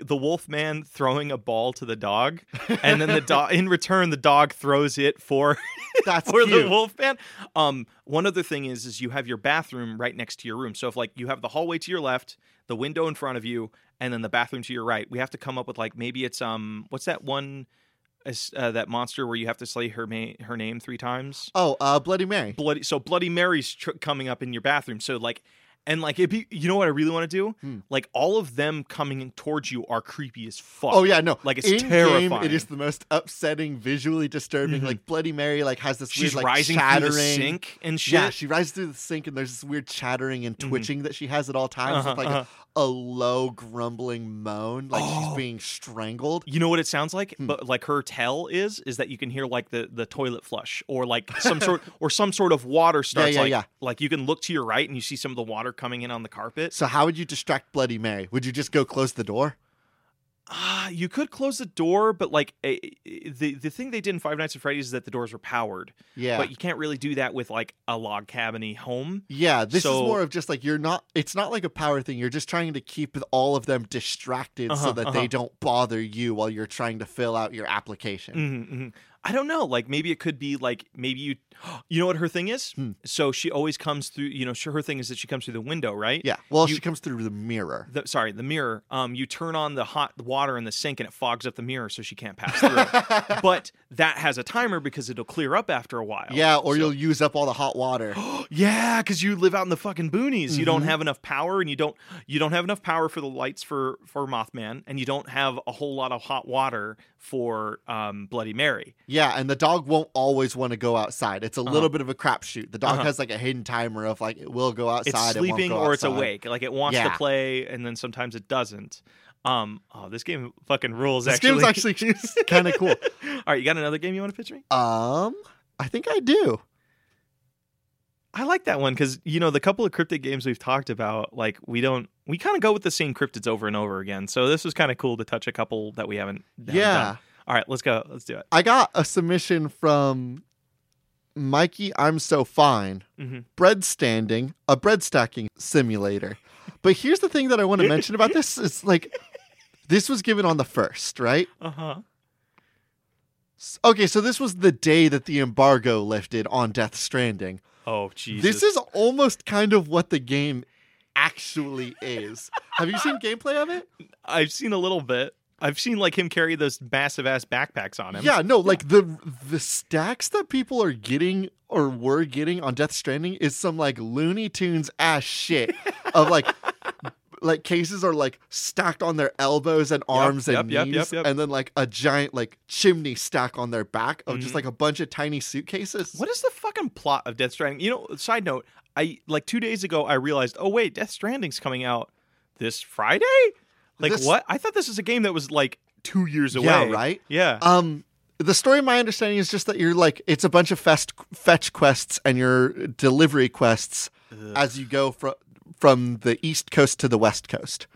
S2: The wolf man throwing a ball to the dog, and then the dog in return the dog throws it for
S1: That's
S2: for the
S1: cute.
S2: wolf man. Um, one other thing is is you have your bathroom right next to your room. So if like you have the hallway to your left, the window in front of you, and then the bathroom to your right, we have to come up with like maybe it's um what's that one is- uh, that monster where you have to say her ma- her name three times
S1: Oh, uh, Bloody Mary.
S2: bloody so bloody mary's tr- coming up in your bathroom so like and like it be you know what i really want to do
S1: Hmm.
S2: like all of them coming in towards you are creepy as fuck
S1: Oh yeah, no.
S2: Like, it's
S1: In game,
S2: terrifying.
S1: it is the most upsetting, visually disturbing.
S2: Mhm.
S1: Like Bloody Mary, like has this
S2: she's
S1: weird like
S2: rising
S1: chattering.
S2: through the sink and shit
S1: Yeah, she rises through the sink, and there's this weird chattering and
S2: Mhm.
S1: twitching that she has at all times,
S2: Uh-huh,
S1: with like
S2: uh-huh.
S1: a, a low grumbling moan, like
S2: Oh.
S1: she's being strangled.
S2: you know what it sounds like
S1: Hmm.
S2: but like her tell is is that you can hear like the the toilet flush or like some sort or some sort of water starts
S1: yeah,
S2: like
S1: yeah.
S2: like you can look to your right and you see some of the water coming in on the carpet
S1: So how would you distract Bloody Mary? Would you just go close the door?
S2: Ah, you could close the door, but like eh, eh, the the thing they did in Five Nights at Freddy's is that the doors were powered,
S1: Yeah.
S2: but you can't really do that with like a log cabiny home.
S1: yeah, this
S2: So-
S1: is more of just like you're not it's not like a power thing. You're just trying to keep all of them distracted
S2: Uh-huh,
S1: so that
S2: uh-huh.
S1: they don't bother you while you're trying to fill out your application.
S2: Mhm, mhm. I don't know. Like maybe it could be like maybe you, you know what her thing is.
S1: Hmm.
S2: So she always comes through. You know, sure her thing is that she comes through the window, right?
S1: Yeah. Well,
S2: You-
S1: she comes through the mirror.
S2: The, sorry, the mirror. Um, you turn on the hot water in the sink and it fogs up the mirror, so she can't pass through. but that has a timer because it'll clear up after a while.
S1: yeah, or
S2: So-
S1: you'll use up all the hot water.
S2: yeah, because you live out in the fucking boonies. You don't
S1: Mhm.
S2: have enough power, and you don't you don't have enough power for the lights for for Mothman, and you don't have a whole lot of hot water for um, Bloody Mary.
S1: Yeah, and the dog won't always want to go outside. It's a
S2: Uh-huh.
S1: little bit of a crapshoot. The dog
S2: Uh-huh.
S1: has like a hidden timer of like it will go outside.
S2: It's
S1: it won't
S2: sleeping
S1: go
S2: or it's
S1: outside.
S2: awake. Like it wants to
S1: Yeah.
S2: play, and then sometimes it doesn't. Um, oh, this game fucking rules.
S1: This
S2: actually,
S1: game's actually kind of cool.
S2: All right, you got another game you want to pitch me?
S1: Um, I think I do.
S2: I like that one because you know the couple of cryptid games we've talked about, like we don't, we kind of go with the same cryptids over and over again. So this was kind of cool to touch a couple that we haven't. haven't
S1: yeah,
S2: done. All right, let's go. Let's do it.
S1: I got a submission from Mikey. I'm so fine.
S2: Mhm.
S1: Bread standing, a bread stacking simulator. But here's the thing that I want to mention about this: is like this was given on the first, right?
S2: Uh huh.
S1: S- Okay, so this was the day that the embargo lifted on Death Stranding.
S2: Oh Jesus.
S1: This is almost kind of what the game actually is. Have you seen gameplay of it?
S2: I've seen a little bit. I've seen like him carry those massive ass backpacks on him.
S1: Yeah, no, like the the stacks that people are getting or were getting on Death Stranding is some like Looney Tunes ass shit of like like cases are like stacked on their elbows and arms and
S2: yep, yep,
S1: knees
S2: yep, yep.
S1: and then like a giant like chimney stack on their back of
S2: Mhm.
S1: just like a bunch of tiny suitcases.
S2: What is the fucking plot of Death Stranding? You know, side note, I like two days ago I realized, oh wait, Death Stranding's coming out this Friday? Like
S1: This-
S2: what? I thought this was a game that was like two years away.
S1: Yeah, right?
S2: Yeah.
S1: Um, the story, my understanding is just that you're like it's a bunch of fest, fetch quests and your delivery quests
S2: Ugh.
S1: as you go from from the east coast to the west coast.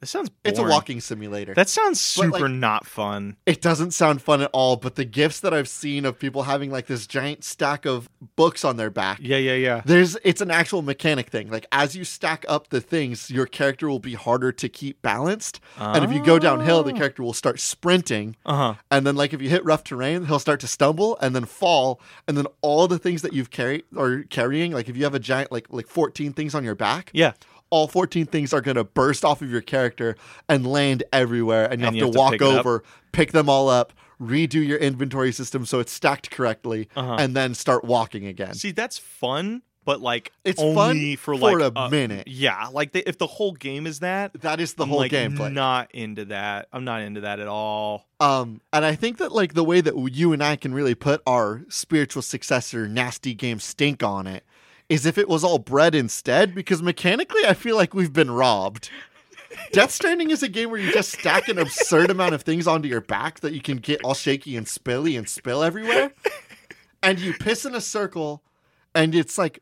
S2: that sounds
S1: It's a
S2: boring.
S1: walking simulator.
S2: That sounds
S1: But,
S2: super
S1: like-
S2: not fun.
S1: it doesn't sound fun at all, but the gifts that I've seen of people having like this giant stack of books on their back.
S2: Yeah, yeah, yeah.
S1: There's it's an actual mechanic thing. Like as you stack up the things, your character will be harder to keep balanced. And if you go downhill, the character will start sprinting
S2: Uh-huh.
S1: and then like if you hit rough terrain he'll start to stumble and then fall and then all the things that you've carried are carrying like if you have a giant like like 14 things on your back
S2: Yeah.
S1: all 14 things are going to burst off of your character and land everywhere and you have
S2: And you
S1: to
S2: have to
S1: walk
S2: pick it up.
S1: over pick them all up redo your inventory system so it's stacked correctly
S2: Uh-huh.
S1: and then start walking again
S2: See, that's fun, but like
S1: It's
S2: only
S1: fun
S2: for
S1: for
S2: like
S1: a minute.
S2: Yeah, like they, if the whole game is that,
S1: that is the
S2: I'm,
S1: whole
S2: like,
S1: gameplay
S2: Not into that. I'm not into that at all.
S1: Um, and I think that like the way that you and I can really put our spiritual successor nasty game stink on it is if it was all bread instead, because mechanically I feel like we've been robbed. Death Stranding is a game where you just stack an absurd amount of things onto your back that you can get all shaky and spilly and spill everywhere. And you piss in a circle, and it's like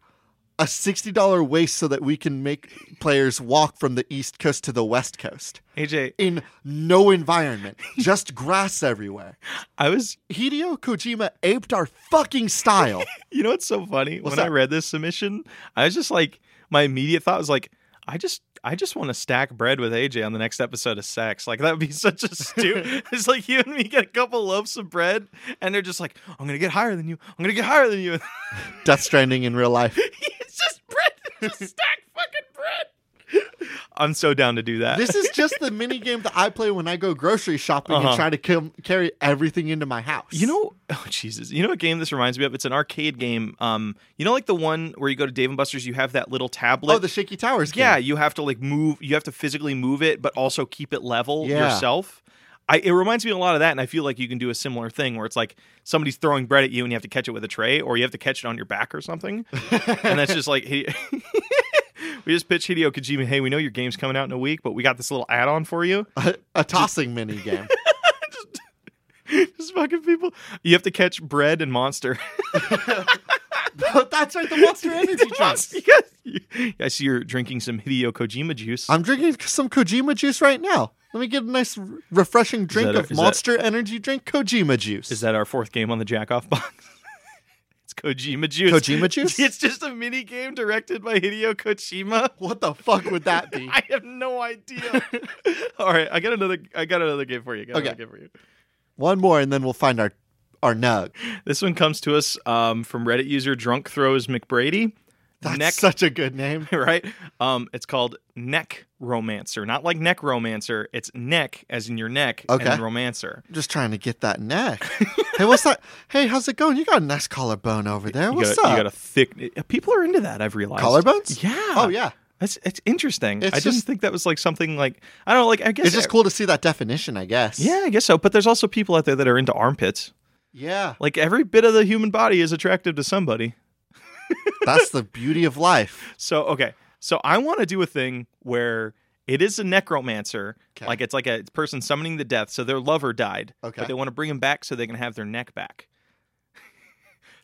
S1: a $60 waste so that we can make players walk from the East Coast to the West Coast
S2: AJ,
S1: in no environment, just grass everywhere.
S2: I was.
S1: Hideo Kojima aped our fucking style.
S2: You know what's so funny?
S1: What's
S2: when I
S1: that?
S2: read this submission, I was just like, my immediate thought was like, I just, I just want to stack bread with AJ on the next episode of Sex. Like that would be such a stew. it's like you and me get a couple loaves of bread, and they're just like, I'm gonna get higher than you. I'm gonna get higher than you.
S1: Death Stranding in real life.
S2: it's just bread. Just stack fucking bread. I'm so down to do that.
S1: This is just the mini game that I play when I go grocery shopping
S2: Uh-huh.
S1: and try to com- carry everything into my house.
S2: You know, oh Jesus! You know what game this reminds me of? It's an arcade game. Um, you know, like the one where you go to Dave and Buster's, you have that little tablet.
S1: oh, the Shaky Towers. Game.
S2: yeah, you have to like move. You have to physically move it, but also keep it level
S1: Yeah.
S2: yourself. I, it reminds me a lot of that, and I feel like you can do a similar thing where it's like somebody's throwing bread at you, and you have to catch it with a tray, or you have to catch it on your back or something. and that's just like Hide- we just pitch Hideo Kojima. Hey, we know your game's coming out in a week, but we got this little add-on for you.
S1: a, a tossing mini game.
S2: just fucking people. You have to catch bread and monster.
S1: That's right, the Monster Energy
S2: The
S1: drinks.
S2: monster- yes. I see you're drinking some Hideo Kojima juice.
S1: I'm drinking some Kojima juice right now. Let me get a nice, r- refreshing drink
S2: that a-
S1: of
S2: is that-
S1: Monster Energy drink Kojima juice.
S2: Is that our fourth game on the Jack Off box? it's Kojima juice.
S1: Kojima juice?
S2: It's just a mini game directed by Hideo Kojima.
S1: what the fuck would that be?
S2: I have no idea. All right, I got another. I got another game for you. I Got
S1: Okay.
S2: another game for you.
S1: One more, and then we'll find our or nug.
S2: This one comes to us um, from Reddit user Drunk Throws McBrady.
S1: That's
S2: Neck-
S1: such a good name.
S2: right? Um, it's called neck romancer, not like neck romancer. It's neck as in your neck
S1: Okay.
S2: and romancer.
S1: Just trying to get that neck. hey, what's that? Hey, how's it going? You got a nice collarbone over there.
S2: You
S1: What's
S2: got, a-
S1: up?
S2: You got a thick. eh, People are into that. I've realized.
S1: Collarbones?
S2: Yeah.
S1: Oh yeah.
S2: That's it's interesting.
S1: It's
S2: I just
S1: just-
S2: think that was like something like I don't know, like I guess
S1: It's just cool to see that definition, I guess.
S2: Yeah, I guess so. But there's also people out there that are into armpits.
S1: Yeah.
S2: Like every bit of the human body is attractive to somebody.
S1: That's the beauty of life.
S2: So okay, so I want to do a thing where it is a necromancer,
S1: Okay.
S2: like it's like a person summoning the death. So their lover died,
S1: Okay.
S2: but they want to bring him back so they can have their neck back.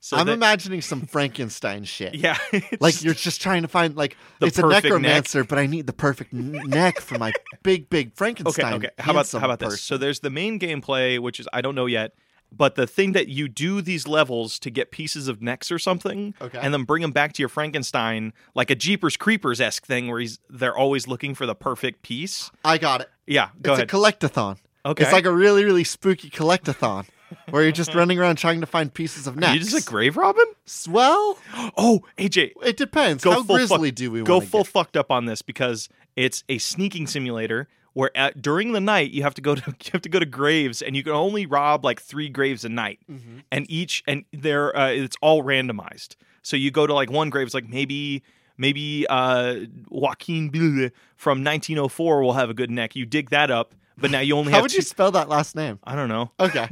S2: so
S1: I'm
S2: that-
S1: imagining some Frankenstein shit.
S2: yeah, it's
S1: Like
S2: just-
S1: you're just trying to find like
S2: The
S1: it's a
S2: perfect neck.
S1: necromancer, but I need the perfect n- neck for my big, big
S2: okay.
S1: Frankenstein.
S2: Okay, how about how
S1: handsome
S2: about this?
S1: person.
S2: So there's the main gameplay, which is I don't know yet, but the thing that you do these levels to get pieces of necks or something,
S1: Okay.
S2: and then bring them back to your Frankenstein, like a Jeepers Creepers esque thing where he's they're always looking for the perfect piece.
S1: I got it.
S2: Yeah, go
S1: it's
S2: ahead.
S1: a collectathon.
S2: okay,
S1: It's like a really, really spooky collectathon where you're just running around trying to find pieces of necks.
S2: you just a grave robin?
S1: S- well,
S2: Oh, AJ,
S1: it depends.
S2: Go
S1: How
S2: full fuck-
S1: grisly do we
S2: go
S1: wanna
S2: full
S1: Get?
S2: fucked up on this because it's a sneaking simulator where at, during the night you have to go to you have to go to graves and you can only rob like three graves a night
S1: Mhm.
S2: and each and they're uh, it's all randomized. So you go to like one grave, it's like maybe maybe uh, Joaquin Bleh from 1904 will have a good neck. You dig that up, but now you only
S1: How
S2: have
S1: would
S2: two.
S1: you spell that last name?
S2: I don't know.
S1: Okay.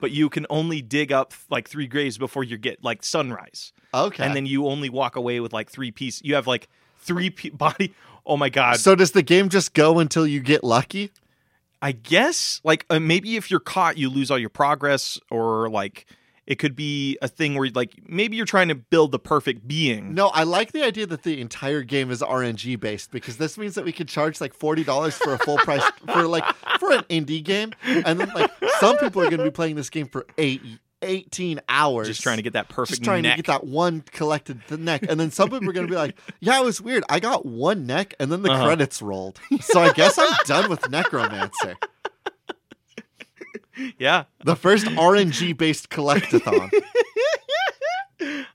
S2: but you can only dig up like three graves before you get like sunrise
S1: Okay.
S2: and then you only walk away with like three piece. You have like three pe- body. Oh my god!
S1: so does the game just go until you get lucky?
S2: I guess like uh, maybe if you're caught, you lose all your progress, or like it could be a thing where like maybe you're trying to build the perfect being.
S1: No, I like the idea that the entire game is RNG based because this means that we could charge like forty dollars for a full price for like for an indie game, and then like some people are going to be playing this game for eight. 18 hours
S2: Just trying to get that perfect
S1: just trying
S2: neck.
S1: to get that one collected the neck and then some people are going to be like yeah it was weird i got one neck and then the
S2: Uh-huh.
S1: credits rolled so i guess i'm done with necromancer
S2: yeah.
S1: the first rng based collectathon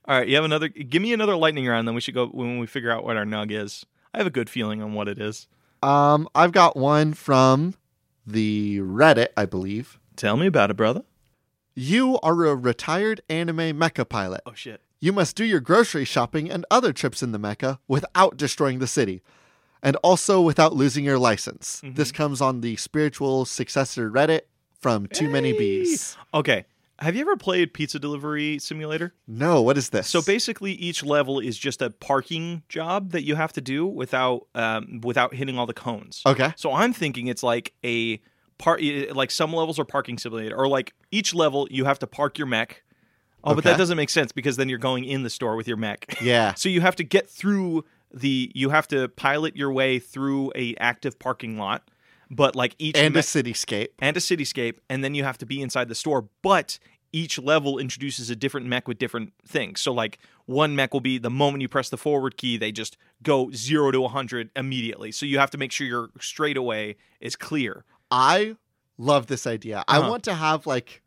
S2: All right. You have another. Give me another lightning round. Then we should go when we figure out what our nug is. I have a good feeling on what it is.
S1: um i've got one from the reddit i believe
S2: Tell me about it, brother.
S1: you are a retired anime mecha pilot
S2: Oh shit.
S1: You must do your grocery shopping and other trips in the Mecca without destroying the city, and also without losing your license.
S2: Mm-hmm.
S1: This comes on the spiritual successor Reddit from Too Many
S2: Hey!
S1: Bees.
S2: Okay. Have you ever played Pizza Delivery Simulator?
S1: No, what is this?
S2: So basically, each level is just a parking job that you have to do without um, without hitting all the cones.
S1: okay,
S2: So I'm thinking it's like a part, like some levels are parking simulator, or like each level you have to park your mech. Oh, but that
S1: Okay.
S2: doesn't make sense because then you're going in the store with your mech.
S1: yeah,
S2: so you have to get through the, you have to pilot your way through a active parking lot, but like each
S1: and a
S2: mech-
S1: cityscape.
S2: and a cityscape, and then you have to be inside the store. But each level introduces a different mech with different things. So, like, one mech will be the moment you press the forward key, they just go zero to 100 immediately. So, you have to make sure your straightaway is clear.
S1: I love this idea. I
S2: Uh-huh.
S1: want to have like,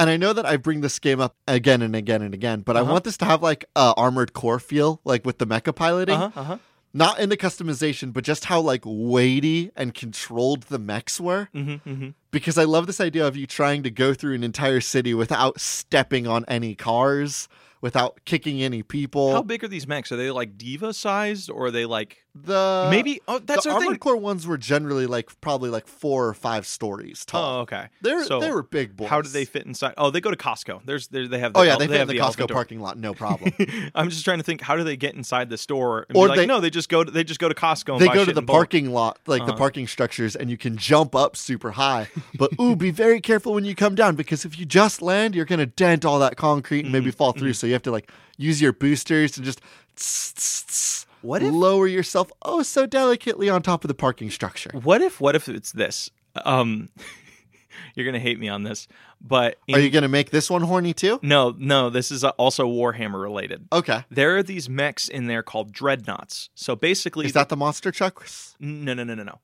S1: and I know that I bring this game up again and again and again, but I
S2: Uh-huh.
S1: want this to have like a armored core feel, like with the mecha piloting.
S2: Uh-huh, uh-huh.
S1: Not in the customization, but just how like weighty and controlled the mechs were.
S2: Mm-hmm, mm-hmm.
S1: because I love this idea of you trying to go through an entire city without stepping on any cars, without kicking any people.
S2: How big are these mechs? Are they like diva sized or are they like
S1: the
S2: maybe? Oh, that's
S1: Uh, the
S2: our
S1: armored
S2: thing.
S1: core ones were generally like probably like four or five stories tall.
S2: Oh, okay.
S1: They're
S2: so
S1: they were big boys.
S2: How do they fit inside? Oh, they go to Costco. There's there, they have. The,
S1: Oh yeah, they, fit in
S2: have
S1: the
S2: elephant
S1: Costco
S2: door.
S1: parking lot, no problem.
S2: I'm just trying to think. How do they get inside the store? And
S1: Or
S2: be like,
S1: they-
S2: no, they just go. To, they just go to Costco. And
S1: they
S2: buy
S1: go to
S2: shit
S1: the
S2: in bulk.
S1: parking lot, like the
S2: Uh-huh.
S1: parking structures, and you can jump up super high. But ooh, be very careful when you come down because if you just land, you're gonna dent all that concrete and
S2: Mm-hmm.
S1: maybe fall through. So you have to like use your boosters and just tss, tss, tss,
S2: What if-
S1: lower yourself oh so delicately on top of the parking structure.
S2: What if what if it's this? Um you're going to hate me on this, but
S1: Are
S2: in-
S1: you gonna make this one horny too?
S2: No, no, this is uh, also Warhammer related.
S1: Okay,
S2: There are these mechs in there called dreadnoughts. So basically
S1: is that the monster trucks?
S2: No, no, no, no, no.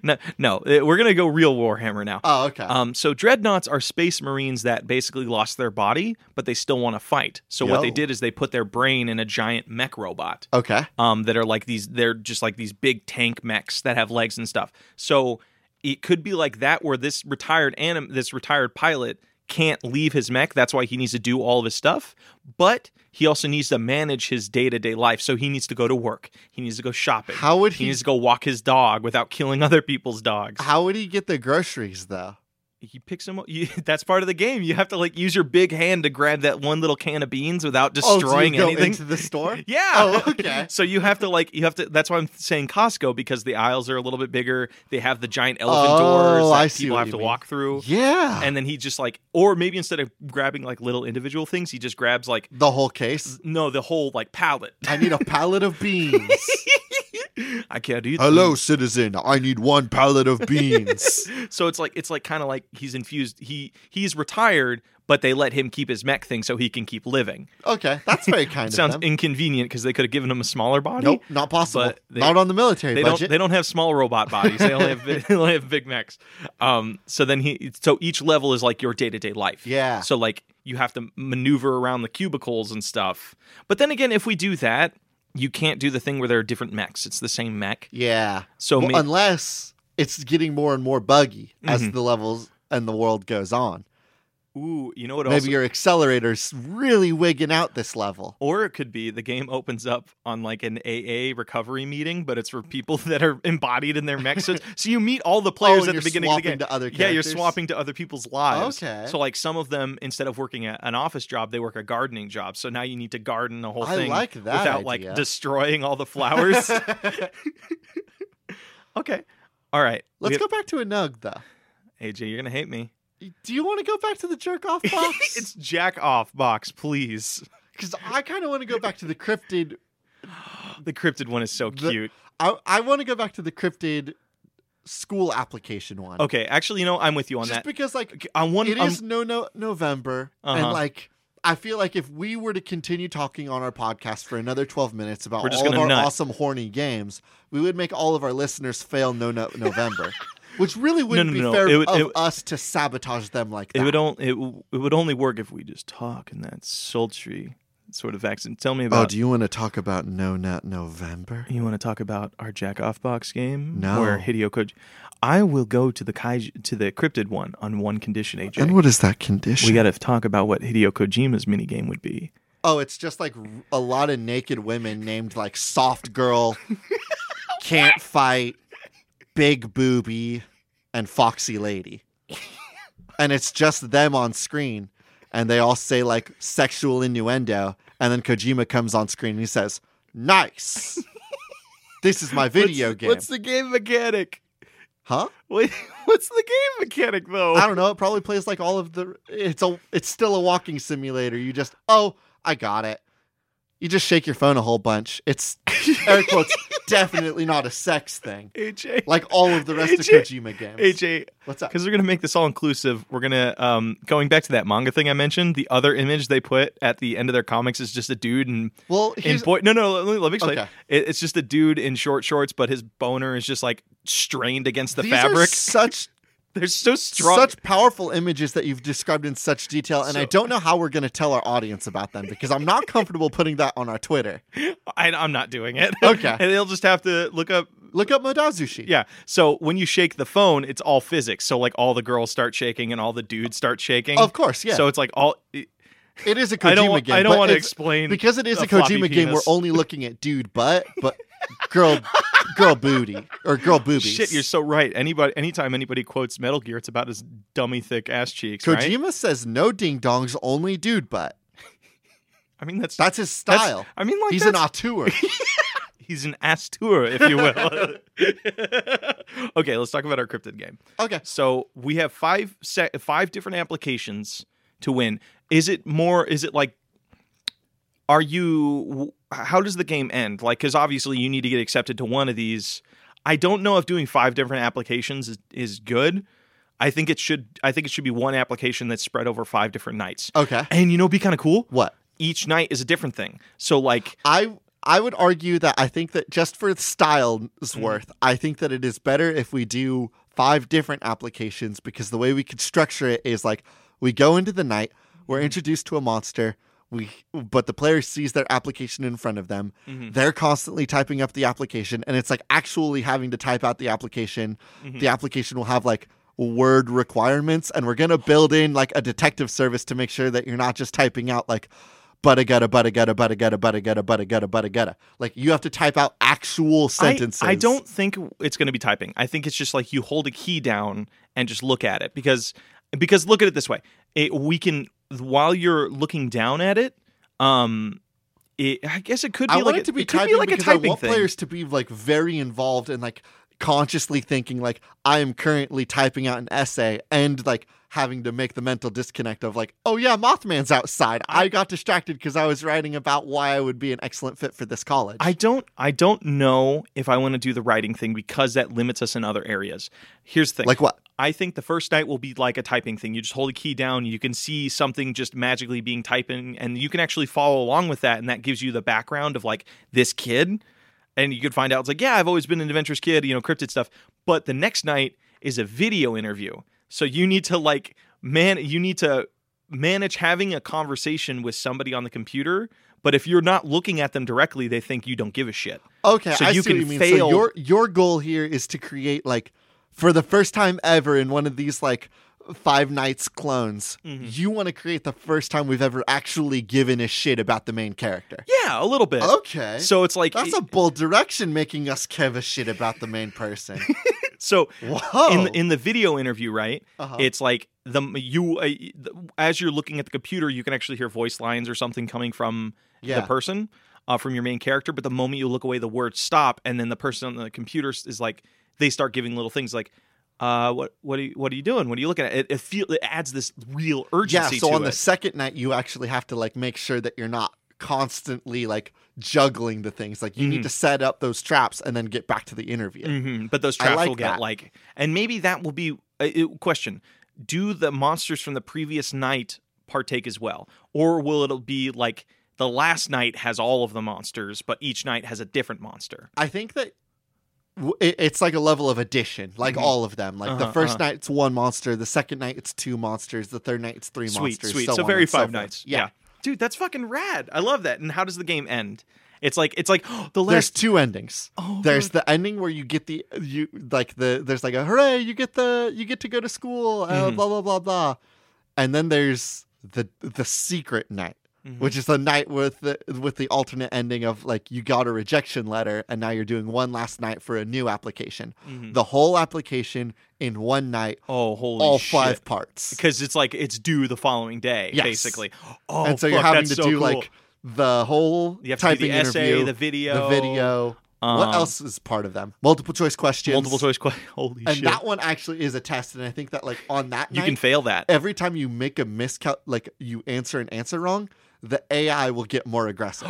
S2: no, no, eh, we're gonna go real Warhammer now.
S1: Oh, okay.
S2: Um, so dreadnoughts are space marines that basically lost their body, but they still want to fight. So what they
S1: Yo.
S2: did is they put their brain in a giant mech robot
S1: okay.
S2: um, that are like these. They're just like these big tank mechs that have legs and stuff. So it could be like that, where this retired anim, this retired pilot can't leave his mech. That's why he needs to do all of his stuff. But he also needs to manage his day to day life. So he needs to go to work. He needs to go shopping.
S1: How would
S2: he
S1: he?
S2: needs to go walk his dog without killing other people's dogs.
S1: How would he get the groceries though? Oh,
S2: he picks him up. You, that's part of the game. You have to like use your big hand to grab that one little can of beans without
S1: Oh, do you
S2: destroying
S1: go
S2: anything.
S1: into the store.
S2: yeah.
S1: Oh, okay.
S2: so you have to like you have to. That's why I'm saying Costco because the aisles are a little bit bigger. They have the giant elephant doors
S1: Oh,
S2: that
S1: I see
S2: people
S1: what
S2: have
S1: you
S2: to
S1: mean.
S2: walk through.
S1: yeah.
S2: And then he just like, or maybe instead of grabbing like little individual things, he just grabs like
S1: the whole case.
S2: no the whole like pallet.
S1: I need a pallet of beans.
S2: I can't eat.
S1: Hello, citizen. I need one pallet of beans.
S2: So it's like it's like kind of like he's infused. He he's retired, but they let him keep his mech thing so he can keep living.
S1: okay, that's very kind of
S2: Sounds
S1: them.
S2: inconvenient because they could have given him a smaller body.
S1: nope, not possible.
S2: but they-
S1: not on the military
S2: They don't.
S1: budget.
S2: They don't have small robot bodies. They only have big, they only have big mechs. Um. So then he. So each level is like your day to day life.
S1: Yeah.
S2: So like you have to maneuver around the cubicles and stuff. But then again, if we do that, you can't do the thing where there are different mechs. It's the same mech.
S1: yeah.
S2: So
S1: Well,
S2: ma-
S1: unless it's getting more and more buggy as
S2: Mhm.
S1: the levels and the world goes on.
S2: ooh, you know what?
S1: Maybe
S2: also-
S1: your accelerator's really wigging out this level. Oh,
S2: Or it could be the game opens up on like an AA recovery meeting, but it's for people that are embodied in their mechs. So, it's- so you meet all the
S1: Oh,
S2: players
S1: and
S2: at
S1: you're
S2: the beginning of the
S1: swapping
S2: game.
S1: to other
S2: yeah, you're
S1: characters?
S2: swapping to other people's lives.
S1: Okay.
S2: So like some of them, instead of working at an office job, they work a gardening job. So now you need to garden the whole
S1: I
S2: thing
S1: like that
S2: without like
S1: idea.
S2: destroying all the flowers. okay. All right.
S1: Let's
S2: We-
S1: go back to a nug though.
S2: AJ, you're gonna hate me.
S1: Do you want to go back to the jerk off box?
S2: it's jack off box, please.
S1: Because I kind of want to go back to the cryptid.
S2: The cryptid one is so
S1: The-
S2: cute.
S1: I, I want to go back to the cryptid school application one.
S2: Okay, actually, you know, I'm with you on
S1: Just
S2: that.
S1: because like
S2: I
S1: it
S2: want um,
S1: is
S2: I'm-
S1: no no November and
S2: Uh-huh.
S1: like I feel like if we were to continue talking on our podcast for another 12 minutes about
S2: We're just
S1: all of
S2: gonna
S1: our
S2: nut.
S1: awesome horny games, we would make all of our listeners fail no no November. Which really wouldn't
S2: no,
S1: be
S2: no.
S1: fair
S2: It would-
S1: of
S2: it-
S1: us to sabotage them like
S2: It
S1: that.
S2: would only it, w- it would only work if we just talk in that sultry sort of accent. Tell me
S1: oh,
S2: about
S1: do you want to talk about no nut November?
S2: you, want to talk about our Jack Off Box game
S1: No.
S2: where Hideo Koji? I will go to the Kaij to the cryptid one on one condition, AJ.
S1: And what is that condition?
S2: we got to talk about what Hideo Kojima's minigame would be.
S1: Oh, it's just like r- a lot of naked women named like soft girl, can't fight, big booby, and foxy lady. And it's just them on screen, and they all say like sexual innuendo, and then Kojima comes on screen and he says, "Nice, this is my video
S2: what's,
S1: game,
S2: What's the game mechanic?
S1: huh?"
S2: What, what's the game mechanic though?
S1: I don't know. It probably plays like all of the. It's a. It's still a walking simulator. You just. Oh, I got it. You just shake your phone a whole bunch. It's air quotes. definitely not a sex thing.
S2: AJ.
S1: Like all of the rest of
S2: AJ
S1: Kojima games.
S2: AJ,
S1: What's up?
S2: because we're gonna make this all inclusive. We're gonna um going back to that manga thing I mentioned. The other image they put at the end of their comics is just a dude in
S1: Well,
S2: in
S1: here's,
S2: boy. No, no, let me, let me explain.
S1: Okay.
S2: It, it's just a dude in short shorts, but his boner is just like strained against the
S1: these are
S2: fabric.
S1: such
S2: They're so strong.
S1: such powerful images that you've described in such detail, and I
S2: So-
S1: don't know how we're going to tell our audience about them because I'm not comfortable putting that on our Twitter.
S2: I, I'm not doing it.
S1: Okay.
S2: and they'll just have to look up.
S1: Look up Modazushi.
S2: Yeah. So when you shake the phone, it's all physics. So like all the girls start shaking and all the dudes start shaking.
S1: Of course, yeah.
S2: So it's like all.
S1: it is a Kojima
S2: I don't. wa-
S1: game.
S2: I don't
S1: but
S2: want to
S1: it's-
S2: explain
S1: because it is
S2: a
S1: a Kojima
S2: floppy
S1: game, we're
S2: penis.
S1: only looking at dude butt, but girl, girl booty or girl boobies.
S2: Shit, you're so right. Anybody, anytime anybody quotes Metal Gear, it's about his dummy thick ass cheeks, right?
S1: Kojima says no ding dongs, only dude butt.
S2: I mean, that's
S1: That's his
S2: that's-
S1: style.
S2: I mean, like
S1: He's
S2: that's,
S1: an auteur.
S2: he's an ass tour, if you will. okay, let's talk about our cryptid game.
S1: Okay,
S2: So we have five set, five different applications to win. Is it more? Is it like? Are you? How does the game end? Like, because obviously you need to get accepted to one of these. I don't know if doing five different applications is, is good. I think it should. I think it should be one application that's spread over five different nights.
S1: okay.
S2: And you know, it'd be kind of cool.
S1: What
S2: Each night is a different thing. So like,
S1: I I would argue that I think that just for style's
S2: Mhm.
S1: worth, I think that it is better if we do five different applications because the way we could structure it is like we go into the night, we're introduced to a monster, we but the player sees their application in front of them.
S2: Mhm.
S1: They're constantly typing up the application and it's like actually having to type out the application. The application will have like word requirements and we're going to build in like a detective service to make sure that you're not just typing out like butta gutta butta gutta butta gutta butta gutta butta gutta butta gutta. Like you have to type out actual
S2: I-
S1: sentences.
S2: I, don't think it's going to be typing. I think it's just like you hold a key down and just look at it because because look at it this way. It, we can while you're looking down at it, um, it, I guess it could be
S1: I
S2: like
S1: want
S2: a,
S1: it to be
S2: could
S1: typing
S2: be like a
S1: because
S2: typing
S1: I want
S2: thing.
S1: players to be like very involved and like consciously thinking like I am currently typing out an essay and like having to make the mental disconnect of like oh yeah Mothman's outside. I got distracted because I was writing about why I would be an excellent fit for this college.
S2: I don't I don't know if I want to do the writing thing because that limits us in other areas. Here's the thing.
S1: like what?
S2: I think the first night will be like a typing thing. You just hold a key down, you can see something just magically being typing, and you can actually follow along with that. And that gives you the background of like this kid. And you could find out, it's like, yeah, I've always been an adventurous kid, you know, cryptid stuff. But the next night is a video interview. So you need to like, man, you need to manage having a conversation with somebody on the computer. But if you're not looking at them directly, they think you don't give a shit.
S1: Okay,
S2: So
S1: I
S2: you
S1: see what
S2: can
S1: you mean. So
S2: fail-
S1: your your goal here is to create like for the first time ever in one of these like Five Nights clones.
S2: Mhm.
S1: You want to create the first time we've ever actually given a shit about the main character.
S2: Yeah, a little bit.
S1: Okay.
S2: So it's like,
S1: That's a bold direction making us give a shit about the main person.
S2: so
S1: Whoa.
S2: in the, in the video interview, right?
S1: Uh-huh.
S2: It's like the you uh, the- as you're looking at the computer, you can actually hear voice lines or something coming from
S1: Yeah.
S2: the person uh, from your main character. But the moment you look away, the words stop, and then the person on the computer s- is like, they start giving little things like, uh, "What what are you, what are you doing? What are you looking at?" It, it feel it adds this real
S1: yeah,
S2: urgency.
S1: so
S2: to
S1: on
S2: it.
S1: the second night you actually have to like make sure that you're not constantly like juggling the things. Like you need
S2: Mhm.
S1: to set up those traps and then get back to the interview.
S2: Mhm, But those
S1: I
S2: traps
S1: like
S2: will get
S1: that.
S2: like, and maybe that will be a question. Do the monsters from the previous night partake as well, or will it be like the last night has all of the monsters, but each night has a different monster?
S1: I think that w- it- it's like a level of addition, like
S2: Mhm.
S1: all of them. Like the
S2: Uh-huh,
S1: 1st
S2: uh-huh.
S1: night it's one monster, the second night it's two monsters, the third night it's three
S2: sweet,
S1: monsters.
S2: sweet.
S1: So,
S2: So,
S1: on
S2: very
S1: and so
S2: Five
S1: forth.
S2: Nights. Yeah. dude, that's fucking rad. I love that. And how does the game end? It's like it's like the
S1: There's
S2: last.
S1: two endings.
S2: oh,
S1: there's
S2: good.
S1: the ending where you get the you like the there's like a hooray you get the you get to go to school uh,
S2: Mhm.
S1: blah blah blah blah and then there's the the secret night
S2: Mhm.
S1: which is the night with the with the alternate ending of like you got a rejection letter and now you're doing one last night for a new application
S2: Mhm.
S1: the whole application in one night
S2: oh holy
S1: all
S2: shit.
S1: five parts
S2: because it's like it's due the following day
S1: Yes.
S2: basically. Oh,
S1: and so
S2: fuck,
S1: you're having to
S2: that's so
S1: do
S2: cool.
S1: like the whole
S2: you have to do
S1: typing
S2: the essay,
S1: interview
S2: the video,
S1: the video what
S2: um,
S1: else is part of them multiple choice questions
S2: Multiple choice question. Holy
S1: and
S2: shit!
S1: that one actually is a test and i think that like on that
S2: you
S1: night,
S2: can fail that.
S1: every time you make a miscount like you answer an answer wrong the ai will get more aggressive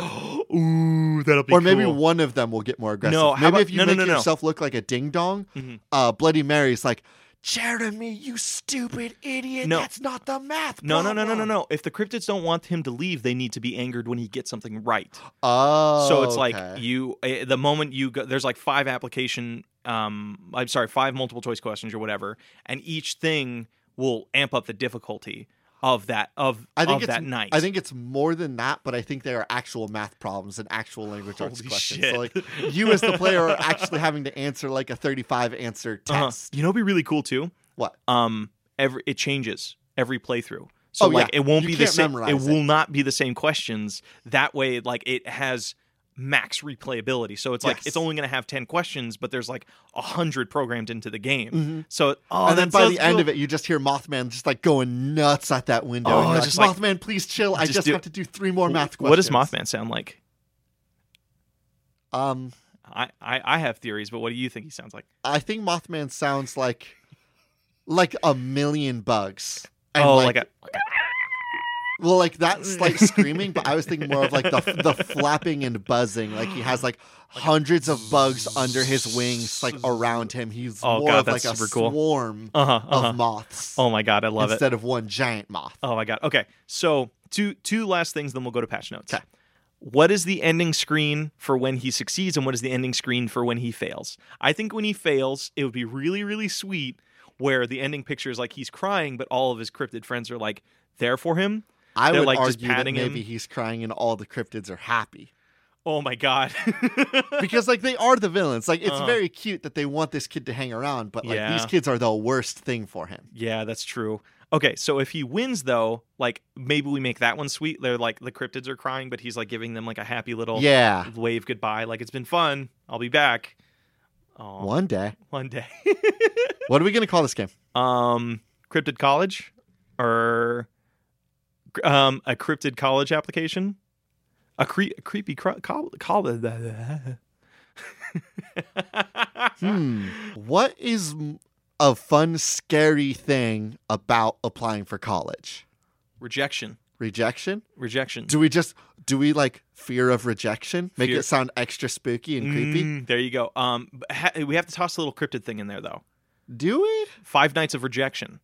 S2: Ooh, that'll be
S1: or maybe
S2: cool.
S1: one of them will get more aggressive
S2: No,
S1: maybe
S2: how about-
S1: if you
S2: no, no,
S1: make
S2: no, no.
S1: yourself look like a ding dong
S2: Mhm.
S1: uh, bloody mary's like jeremy you stupid idiot
S2: No.
S1: that's not the math
S2: No, no, no, no, no,
S1: problem."
S2: no. If the cryptids don't want him to leave, they need to be angered when he gets something right.
S1: oh
S2: so it's
S1: okay.
S2: like you, eh, the moment you go, there's like five application, um, I'm sorry, five multiple choice questions or whatever, and each thing will amp up the difficulty of that of
S1: I think
S2: of
S1: it's-
S2: that night.
S1: I think it's more than that, but I think they are actual math problems and actual language arts
S2: Holy
S1: questions.
S2: shit.
S1: So like you as the player are actually having to answer like a 35 answer
S2: Uh-huh.
S1: test.
S2: You know, what'd be really cool too.
S1: What?
S2: Um, every it changes every playthrough. So
S1: Oh, yeah.
S2: like it won't
S1: You
S2: be the
S1: can't
S2: same.
S1: memorize it.
S2: It will not be the same questions. That way, like it has max replayability. So it's like
S1: Yes.
S2: it's only going to have ten questions, but there's like a hundred programmed into the game.
S1: Mhm.
S2: So
S1: and
S2: oh,
S1: then
S2: that's
S1: by
S2: so
S1: the end
S2: cool.
S1: of it, you just hear Mothman just like going nuts at that window.
S2: Oh,
S1: and you're like,
S2: just like-
S1: Mothman, please chill. I
S2: Just
S1: just
S2: do-
S1: have to do three more math questions.
S2: What does Mothman sound like?
S1: Um,
S2: I, I I have theories, but what do you think he sounds like?
S1: I think Mothman sounds like like a million bugs. And,
S2: oh, like, a
S1: Well, like
S2: Mm.
S1: that's like screaming, but I was thinking more of like the the flapping and buzzing. Like he has like hundreds of bugs under his wings, like around him. He's
S2: Oh,
S1: more
S2: God,
S1: of like
S2: that's
S1: a
S2: super cool.
S1: swarm
S2: uh huh.
S1: of moths
S2: Oh my god, I love it.
S1: instead of one giant moth.
S2: Oh my god. Okay. So two two last things, then we'll go to patch notes.
S1: 'Kay.
S2: what is the ending screen for when he succeeds and what is the ending screen for when he fails. I think when he fails, it would be really, really sweet where the ending picture is like he's crying, but all of his cryptid friends are like there for him.
S1: I
S2: They're,
S1: would
S2: like, just
S1: argue that
S2: patting
S1: maybe
S2: him.
S1: he's crying and all the cryptids are happy
S2: Oh my God.
S1: because like they are the villains. Like it's
S2: Uh-huh.
S1: very cute that they want this kid to hang around, but like
S2: Yeah.
S1: these kids are the worst thing for him.
S2: Yeah, that's true. Okay, so if he wins though, like maybe we make that one sweet. They're like the cryptids are crying, but he's like giving them like a happy little
S1: Yeah,
S2: wave goodbye. Like it's been fun. I'll be back. Oh,
S1: one day.
S2: one day.
S1: What are we gonna call this game?
S2: um, cryptid college, or um, a cryptid college application, a, cre- a creepy cro- col- college.
S1: Hmm. What is m- a fun, scary thing about applying for college?
S2: Rejection.
S1: Rejection?
S2: Rejection.
S1: Do we just do we like fear of rejection? Make
S2: Fear-
S1: it sound extra spooky and creepy?
S2: Mm, there you go. Um, but ha- we have to toss a little cryptid thing in there though.
S1: Do we?
S2: Five Nights of Rejection.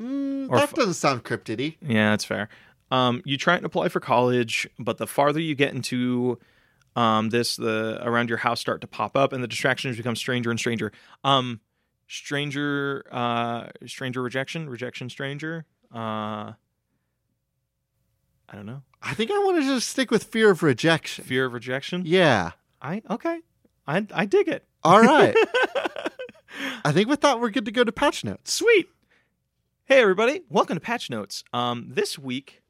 S1: Mm,
S2: Or
S1: that
S2: f-
S1: doesn't sound cryptidy.
S2: Yeah, that's fair. Um, you try and apply for college, but the farther you get into um, this, the around your house start to pop up, and the distractions become stranger and stranger. Um, stranger, uh, stranger rejection, rejection, stranger. Uh, I don't know.
S1: I think I want to just stick with fear of rejection.
S2: Fear of rejection.
S1: Yeah.
S2: I okay. I I dig it.
S1: All right. I think with that we're good to go to patch notes.
S2: Sweet. Hey, everybody. Welcome to Patch Notes. Um, this week,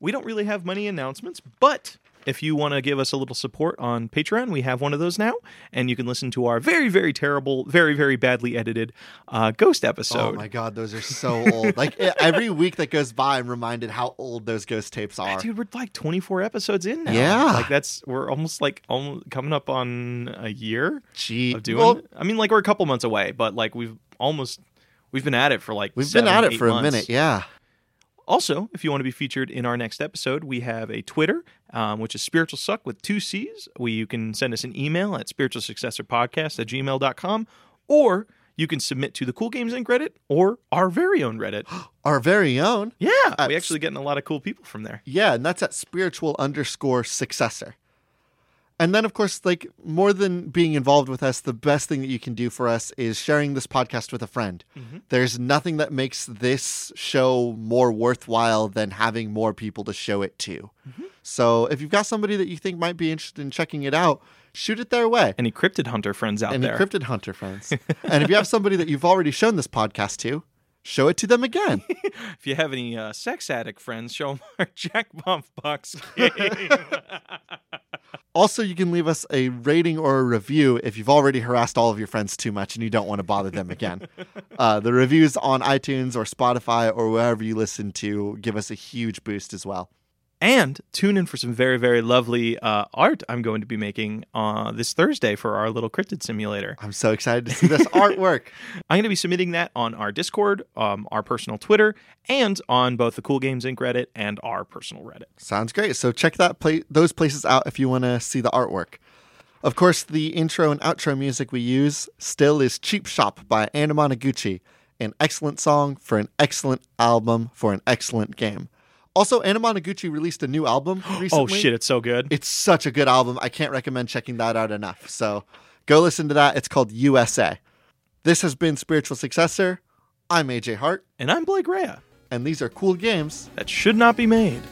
S2: we don't really have many announcements, but if you want to give us a little support on Patreon, we have one of those now, and you can listen to our very, very terrible, very, very badly edited uh, ghost
S1: oh
S2: episode.
S1: my god, those are so old. Like e- every week that goes by, I'm reminded how old those ghost tapes are.
S2: Dude, we're like 24 episodes in now.
S1: Yeah.
S2: Like, that's, we're almost like almost coming up on a year
S1: Gee,
S2: of doing
S1: well,
S2: it. I mean, like, we're a couple months away, but like, we've almost, we've been at it for like,
S1: we've
S2: seven,
S1: been at it
S2: eight
S1: for a
S2: months.
S1: minute. Yeah.
S2: Also, if you want to be featured in our next episode, we have a Twitter, um, which is Spiritual Suck with two C's. We, you can send us an email at spiritualsuccessorpodcast at gmail.com, or you can submit to the Cool Games in Reddit or our very own Reddit.
S1: Our very own.
S2: Yeah,
S1: Uh,
S2: we actually getting a lot of cool people from there.
S1: Yeah, and that's at spiritual underscore successor. And then, of course, like more than being involved with us, the best thing that you can do for us is sharing this podcast with a friend.
S2: Mhm.
S1: There's nothing that makes this show more worthwhile than having more people to show it to. So if you've got somebody that you think might be interested in checking it out, shoot it their way.
S2: Any cryptid hunter friends out
S1: And
S2: there?
S1: encrypted hunter friends. and if you have somebody that you've already shown this podcast to, show it to them again.
S2: if you have any uh, sex addict friends, show them our Jack Bomb Box game.
S1: Also, you can leave us a rating or a review if you've already harassed all of your friends too much and you don't want to bother them again. uh, the reviews on iTunes or Spotify or wherever you listen to give us a huge boost as well.
S2: And tune in for some very, very lovely uh, art I'm going to be making uh, this Thursday for our little cryptid simulator.
S1: I'm so excited to see this artwork.
S2: I'm going to be submitting that on our Discord, um, our personal Twitter, and on both the Cool Games Inc. Reddit and our personal Reddit.
S1: Sounds great. So check that pla- those places out if you want to see the artwork. Of course, the intro and outro music we use still is Cheap Shop by Anna Anamanaguchi, an excellent song for an excellent album for an excellent game. Also, Anna Anamanaguchi released a new album recently.
S2: Oh shit, it's so good.
S1: It's such a good album. I can't recommend checking that out enough. So go listen to that. It's called USA. This has been Spiritual Successor. I'm AJ Hart,
S2: And I'm Blake Rea.
S1: and these are cool games
S2: That should not be made.